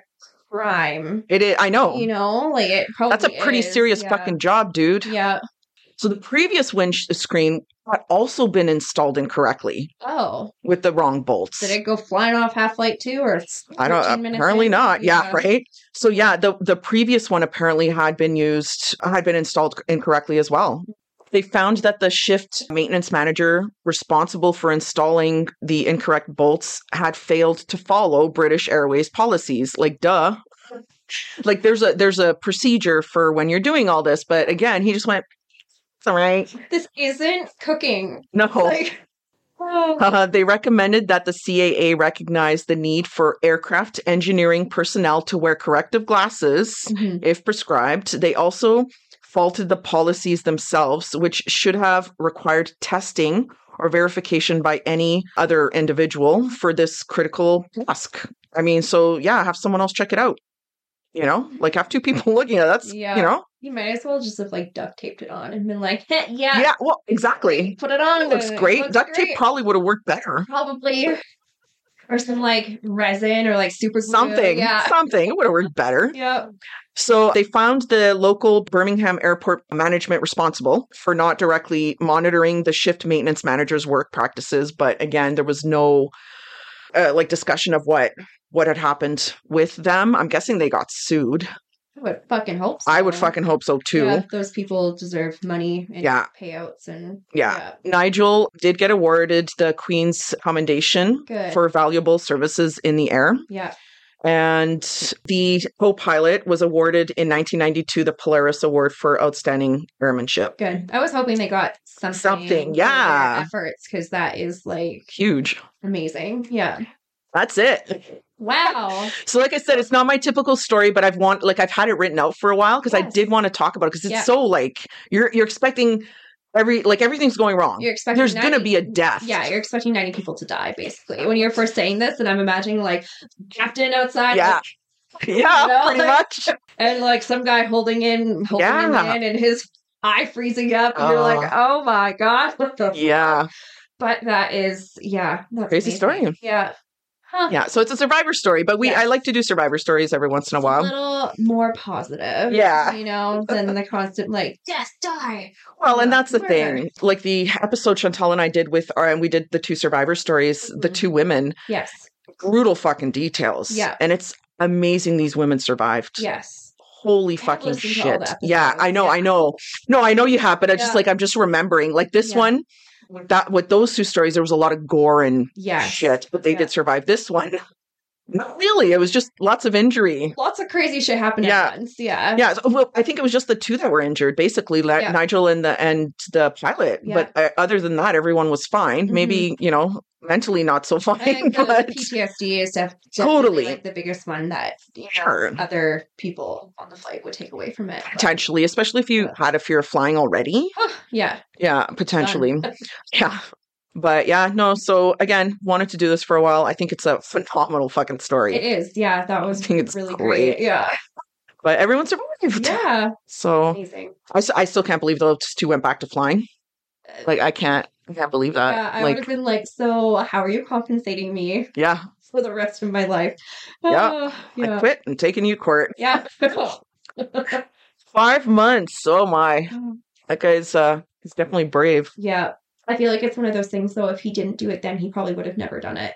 [SPEAKER 2] crime?
[SPEAKER 1] It is, I know.
[SPEAKER 2] You know, like it probably
[SPEAKER 1] That's a pretty
[SPEAKER 2] is,
[SPEAKER 1] serious
[SPEAKER 2] yeah.
[SPEAKER 1] fucking job, dude.
[SPEAKER 2] Yeah.
[SPEAKER 1] So the previous windscreen had also been installed incorrectly
[SPEAKER 2] Oh,
[SPEAKER 1] with the wrong bolts.
[SPEAKER 2] did it go flying off half light too, or it's
[SPEAKER 1] I don't
[SPEAKER 2] 14 minutes
[SPEAKER 1] apparently
[SPEAKER 2] in?
[SPEAKER 1] not. Yeah, right. So yeah, the the previous one apparently had been used had been installed incorrectly as well. They found that the shift maintenance manager responsible for installing the incorrect bolts had failed to follow British Airways policies. Like duh. Like there's a there's a procedure for when you're doing all this, but again, he just went it's all right.
[SPEAKER 2] This isn't
[SPEAKER 1] [LAUGHS]
[SPEAKER 2] cooking.
[SPEAKER 1] No.
[SPEAKER 2] Like, oh,
[SPEAKER 1] Uh, they recommended that the CAA recognize the need for aircraft engineering personnel to wear corrective glasses
[SPEAKER 2] Mhm.
[SPEAKER 1] if prescribed. They also faulted the policies themselves, which should have required testing or verification by any other individual for this critical task. I mean, so yeah, have someone else check it out. You know, like have two people [LAUGHS] looking at it. that's
[SPEAKER 2] Yeah.
[SPEAKER 1] you know,
[SPEAKER 2] you might as well just have like duct taped it on and been like, [LAUGHS] "Heh,
[SPEAKER 1] yeah,
[SPEAKER 2] yeah,
[SPEAKER 1] well, exactly.
[SPEAKER 2] put it on.
[SPEAKER 1] It looks
[SPEAKER 2] and
[SPEAKER 1] great. Duct
[SPEAKER 2] great."
[SPEAKER 1] tape probably would have worked better.
[SPEAKER 2] probably, [LAUGHS] or some like resin or like super glue.
[SPEAKER 1] something
[SPEAKER 2] Yeah,
[SPEAKER 1] something it would have worked better
[SPEAKER 2] yeah.
[SPEAKER 1] so they found the local birmingham airport management responsible for not directly monitoring the shift maintenance manager's work practices but again there was no uh, like discussion of what what had happened with them i'm guessing they got sued
[SPEAKER 2] I would fucking hope. So.
[SPEAKER 1] i would fucking hope so too
[SPEAKER 2] Yeah, those people deserve money and
[SPEAKER 1] Yeah.
[SPEAKER 2] payouts and
[SPEAKER 1] yeah. Nigel did get awarded the Queen's Commendation
[SPEAKER 2] Good.
[SPEAKER 1] for valuable services in the air.
[SPEAKER 2] yeah.
[SPEAKER 1] And the co pilot was awarded in 1992 the Polaris Award for Outstanding Airmanship.
[SPEAKER 2] Good. I was hoping they got something.
[SPEAKER 1] Something,
[SPEAKER 2] for their
[SPEAKER 1] yeah.
[SPEAKER 2] Efforts because that is like
[SPEAKER 1] Huge.
[SPEAKER 2] amazing. Yeah.
[SPEAKER 1] That's it.
[SPEAKER 2] Wow.
[SPEAKER 1] So, like I said, it's not my typical story, but I've want like I've had it written out for a while because I
[SPEAKER 2] Yes.
[SPEAKER 1] did want to talk about it because it's
[SPEAKER 2] Yeah.
[SPEAKER 1] so like you're you're expecting every like everything's going wrong.
[SPEAKER 2] You're expecting
[SPEAKER 1] There's gonna
[SPEAKER 2] 90
[SPEAKER 1] be a death.
[SPEAKER 2] Yeah, you're expecting 90 people to die basically. When you're first saying this, and I'm imagining like captain outside
[SPEAKER 1] Yeah. [LAUGHS]
[SPEAKER 2] like,
[SPEAKER 1] yeah,
[SPEAKER 2] You know,
[SPEAKER 1] pretty
[SPEAKER 2] like-
[SPEAKER 1] much.
[SPEAKER 2] and like some guy holding in holding
[SPEAKER 1] Yeah. Uh.
[SPEAKER 2] him in and his eye freezing up and you're like, oh my god, [LAUGHS] what the
[SPEAKER 1] Yeah,
[SPEAKER 2] but that is yeah, that's
[SPEAKER 1] Crazy story.
[SPEAKER 2] Yeah. Huh.
[SPEAKER 1] yeah. So it's a survivor story, but we
[SPEAKER 2] Yes.
[SPEAKER 1] I like to do survivor stories every once in a
[SPEAKER 2] It's
[SPEAKER 1] while.
[SPEAKER 2] little more positive.
[SPEAKER 1] Yeah.
[SPEAKER 2] You know, than the constant like, yes, die.
[SPEAKER 1] Well, and
[SPEAKER 2] Yeah.
[SPEAKER 1] that's the
[SPEAKER 2] Murder.
[SPEAKER 1] thing. Like the episode Chantal and I did with our, and we did the two survivor stories, the
[SPEAKER 2] Mhm.
[SPEAKER 1] two women,
[SPEAKER 2] Yes.
[SPEAKER 1] brutal fucking details.
[SPEAKER 2] Yeah.
[SPEAKER 1] And it's amazing these women survived.
[SPEAKER 2] Yes.
[SPEAKER 1] Holy
[SPEAKER 2] have
[SPEAKER 1] fucking
[SPEAKER 2] listened to all
[SPEAKER 1] shit.
[SPEAKER 2] the
[SPEAKER 1] Yeah, I
[SPEAKER 2] episodes.
[SPEAKER 1] know,
[SPEAKER 2] Yeah.
[SPEAKER 1] I know. No, I know you have, but I just
[SPEAKER 2] Yeah.
[SPEAKER 1] like, I'm just remembering. Like this
[SPEAKER 2] Yeah.
[SPEAKER 1] one, that with those two stories, there was a lot of gore and
[SPEAKER 2] Yes.
[SPEAKER 1] shit, but they
[SPEAKER 2] Yeah.
[SPEAKER 1] did survive this one. Not really. It was just lots of injury.
[SPEAKER 2] Lots of crazy shit happened
[SPEAKER 1] Yeah.
[SPEAKER 2] at once. Yeah.
[SPEAKER 1] Yeah, so, well, I think it was just the two that were injured, basically, Li-
[SPEAKER 2] Yeah.
[SPEAKER 1] Nigel and the and the pilot.
[SPEAKER 2] Yeah. Mm-hmm.
[SPEAKER 1] But uh, other than that, everyone was fine. Maybe you know, mentally not so [LAUGHS]
[SPEAKER 2] I
[SPEAKER 1] fine,
[SPEAKER 2] think the, the
[SPEAKER 1] but
[SPEAKER 2] PTSD is def- definitely
[SPEAKER 1] Totally.
[SPEAKER 2] like the biggest one that you know,
[SPEAKER 1] Sure.
[SPEAKER 2] other people on the flight would take away from it. but-
[SPEAKER 1] potentially, especially if you had a fear of flying already.
[SPEAKER 2] Huh, [SIGHS] yeah.
[SPEAKER 1] Yeah, potentially.
[SPEAKER 2] [LAUGHS]
[SPEAKER 1] yeah. But yeah, no. So again, wanted to do this for a while. I think it's a phenomenal fucking
[SPEAKER 2] It
[SPEAKER 1] story.
[SPEAKER 2] is. Yeah, that was
[SPEAKER 1] I think it's
[SPEAKER 2] really
[SPEAKER 1] great. [LAUGHS]
[SPEAKER 2] great. Yeah.
[SPEAKER 1] But everyone survived.
[SPEAKER 2] Yeah.
[SPEAKER 1] So
[SPEAKER 2] Amazing.
[SPEAKER 1] I, s- I still can't believe those two went back to flying. Like I can't, I can't believe that.
[SPEAKER 2] Uh, Yeah, I would
[SPEAKER 1] uh, like
[SPEAKER 2] have been like, so how are you compensating me [LAUGHS]
[SPEAKER 1] yeah,
[SPEAKER 2] for the rest of my life?
[SPEAKER 1] Yeah,
[SPEAKER 2] Ah,
[SPEAKER 1] I
[SPEAKER 2] yeah.
[SPEAKER 1] quit and taking you to court. [LAUGHS]
[SPEAKER 2] Yeah.
[SPEAKER 1] Five months. Oh my. That guy's uh he's definitely brave.
[SPEAKER 2] [LAUGHS] yeah. I feel like it's one of those things though, if he didn't do it then he probably would have never done it.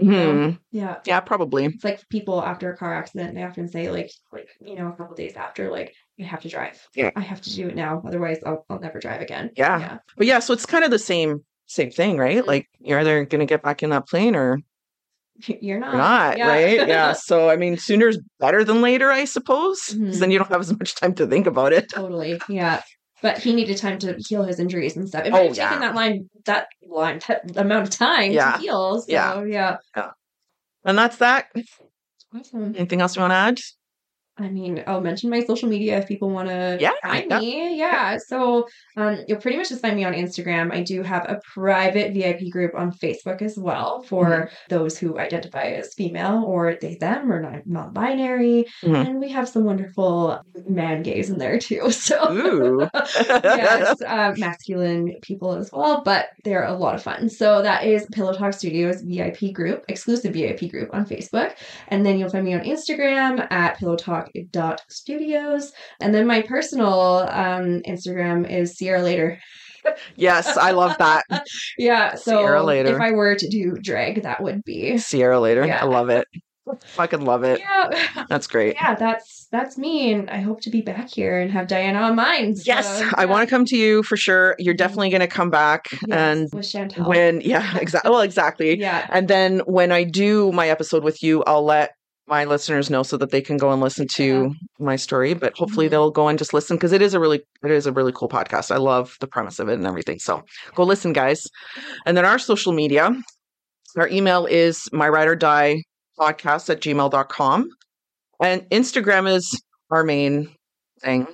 [SPEAKER 1] Hmm.
[SPEAKER 2] Yeah.
[SPEAKER 1] Yeah, probably.
[SPEAKER 2] It's like people after a car accident, they often say like like, you know, a couple days after, like, I have to drive.
[SPEAKER 1] Yeah.
[SPEAKER 2] I have to do it now. Otherwise I'll I'll never drive again.
[SPEAKER 1] Yeah. But yeah, so it's kind of the same same thing, right?
[SPEAKER 2] Mhm.
[SPEAKER 1] Like you're either gonna get back in that plane or
[SPEAKER 2] Yeah. [LAUGHS] You're not.
[SPEAKER 1] you're not,
[SPEAKER 2] Ah, Yeah.
[SPEAKER 1] right?
[SPEAKER 2] [LAUGHS]
[SPEAKER 1] Yeah. So I mean sooner's better than later, I suppose. 'cause
[SPEAKER 2] Mhm.
[SPEAKER 1] then you don't have as much time to think about it.
[SPEAKER 2] totally. Yeah. But he needed time to heal his injuries and stuff. It
[SPEAKER 1] Oh,
[SPEAKER 2] might have
[SPEAKER 1] yeah.
[SPEAKER 2] taken that line that line that amount of time
[SPEAKER 1] Yeah.
[SPEAKER 2] to heal. So
[SPEAKER 1] Yeah.
[SPEAKER 2] yeah.
[SPEAKER 1] And that's that.
[SPEAKER 2] Awesome.
[SPEAKER 1] Anything else you wanna add?
[SPEAKER 2] I mean, I'll mention my social media if people want to
[SPEAKER 1] Yeah,
[SPEAKER 2] find
[SPEAKER 1] yeah.
[SPEAKER 2] me. Yeah. So um, you'll pretty much just find me on Instagram. I do have a private VIP group on Facebook as well
[SPEAKER 1] Mm-hmm.
[SPEAKER 2] for those who identify as female or they, them, or non- non-binary.
[SPEAKER 1] Mhm.
[SPEAKER 2] And we have some wonderful man gays in there too. [LAUGHS] So
[SPEAKER 1] Ooh.
[SPEAKER 2] [LAUGHS] yes, uh, masculine people as well, but they're a lot of fun. So that is Pillow Talk Studios VIP group, exclusive VIP group on Facebook. And then you'll find me on Instagram at pillowtalk.studios. And then my personal um, Instagram is Sierra Later.
[SPEAKER 1] [LAUGHS] Yes, I love
[SPEAKER 2] [LAUGHS]
[SPEAKER 1] that.
[SPEAKER 2] Yeah. So
[SPEAKER 1] Sierra later.
[SPEAKER 2] if I were to do drag, that would be.
[SPEAKER 1] Sierra later.
[SPEAKER 2] Yeah.
[SPEAKER 1] I love it. Fucking love it.
[SPEAKER 2] Yeah.
[SPEAKER 1] That's great.
[SPEAKER 2] Yeah, that's that's me, and I hope to be back here and have Diana on mine. So,
[SPEAKER 1] Yes, I want to come to you for sure. You're definitely going to come back.
[SPEAKER 2] yeah.
[SPEAKER 1] And
[SPEAKER 2] Yes, with Chantel.
[SPEAKER 1] when,
[SPEAKER 2] [LAUGHS]
[SPEAKER 1] yeah, exactly. Well, exactly.
[SPEAKER 2] yeah,
[SPEAKER 1] And then when I do my episode with you, I'll let my listeners know so that they can go and listen to my story. But hopefully
[SPEAKER 2] Mhm.
[SPEAKER 1] they'll go and just listen because it is a really it is a really cool podcast. I love the premise of it and everything. So go listen, guys. And then our social media, our email is my ride or die podcast at gmail.com. And Instagram is our main thing.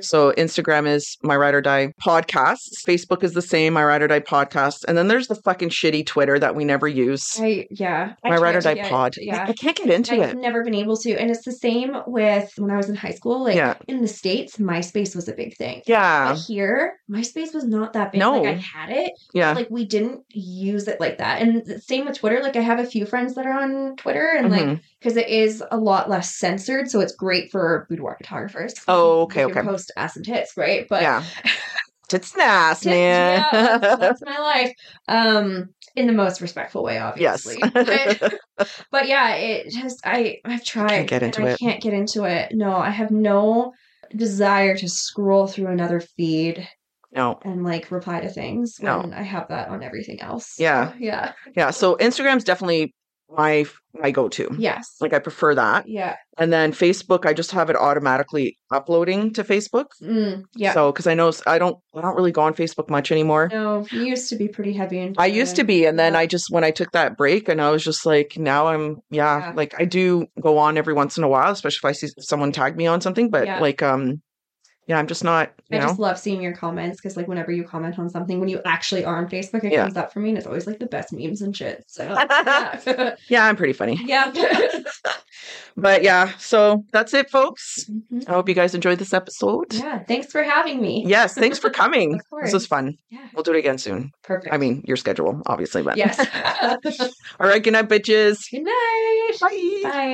[SPEAKER 1] So Instagram is My Ride or Die Podcast. Facebook is the same, My Ride or Die Podcast. And then there's the fucking shitty Twitter that we never use.
[SPEAKER 2] I yeah. I
[SPEAKER 1] My Ride or
[SPEAKER 2] tried
[SPEAKER 1] Die
[SPEAKER 2] to get-
[SPEAKER 1] Pod. [LAUGHS] I
[SPEAKER 2] Yeah.
[SPEAKER 1] can't get into
[SPEAKER 2] I've
[SPEAKER 1] it.
[SPEAKER 2] never been able to, and it's the same with when I was in high school. Like
[SPEAKER 1] Yeah.
[SPEAKER 2] in the states, MySpace was a big thing.
[SPEAKER 1] Yeah.
[SPEAKER 2] But here, MySpace was not that big.
[SPEAKER 1] No.
[SPEAKER 2] Like I had it,
[SPEAKER 1] Yeah.
[SPEAKER 2] like we didn't use it like that. And the same with Twitter. Like I have a few friends that are on Twitter, and like
[SPEAKER 1] Mhm.
[SPEAKER 2] because it is a lot less censored, so it's great for boudoir photographers.
[SPEAKER 1] Oh, okay,
[SPEAKER 2] You can
[SPEAKER 1] okay.
[SPEAKER 2] Post ass and tits, right? But [LAUGHS]
[SPEAKER 1] yeah. Tits and ass,
[SPEAKER 2] tits,
[SPEAKER 1] man.
[SPEAKER 2] yeah,
[SPEAKER 1] [LAUGHS]
[SPEAKER 2] that's, that's my life. Um, in the most respectful way, obviously.
[SPEAKER 1] [LAUGHS]
[SPEAKER 2] But, but yeah, it just I I've tried.
[SPEAKER 1] get into
[SPEAKER 2] and I
[SPEAKER 1] it.
[SPEAKER 2] can't get into it. No, I have no desire to scroll through another feed
[SPEAKER 1] no.
[SPEAKER 2] and like reply to things
[SPEAKER 1] No.
[SPEAKER 2] when I have that on everything else.
[SPEAKER 1] Yeah.
[SPEAKER 2] Yeah.
[SPEAKER 1] Yeah. So Instagram's definitely my my go-to.
[SPEAKER 2] Yes.
[SPEAKER 1] Mm. Like I prefer that.
[SPEAKER 2] yeah.
[SPEAKER 1] And then Facebook, I just have it automatically uploading to Facebook.
[SPEAKER 2] Mm, yeah.
[SPEAKER 1] So because I know s- I don't I don't really go on Facebook much anymore.
[SPEAKER 2] no, you used to be pretty heavy into
[SPEAKER 1] I used to be. And then
[SPEAKER 2] Yeah.
[SPEAKER 1] I just, when I took that break and I was just like, now I'm, yeah,
[SPEAKER 2] Yeah.
[SPEAKER 1] like I do go on every once in a while, especially if I see someone tag me on something, but
[SPEAKER 2] Yeah.
[SPEAKER 1] like, um, yeah, I'm just not, you
[SPEAKER 2] I
[SPEAKER 1] know,
[SPEAKER 2] just love seeing your comments because, like, whenever you comment on something, when you actually are on Facebook, it
[SPEAKER 1] Yeah.
[SPEAKER 2] comes up for me, and it's always like the best memes and shit.
[SPEAKER 1] [LAUGHS]
[SPEAKER 2] So, yeah, [LAUGHS]
[SPEAKER 1] yeah, I'm pretty funny. [LAUGHS]
[SPEAKER 2] yeah.
[SPEAKER 1] But yeah, so that's it, folks.
[SPEAKER 2] Mhm.
[SPEAKER 1] I hope you guys enjoyed this episode.
[SPEAKER 2] Yeah, Thanks for having me.
[SPEAKER 1] Yes, thanks for coming.
[SPEAKER 2] Of course.
[SPEAKER 1] this was fun.
[SPEAKER 2] Yeah,
[SPEAKER 1] We'll do it again soon.
[SPEAKER 2] Perfect.
[SPEAKER 1] I mean, your [LAUGHS] schedule, obviously, but
[SPEAKER 2] yes. [LAUGHS]
[SPEAKER 1] all right, good night, bitches.
[SPEAKER 2] Good night.
[SPEAKER 1] Bye.
[SPEAKER 2] Bye.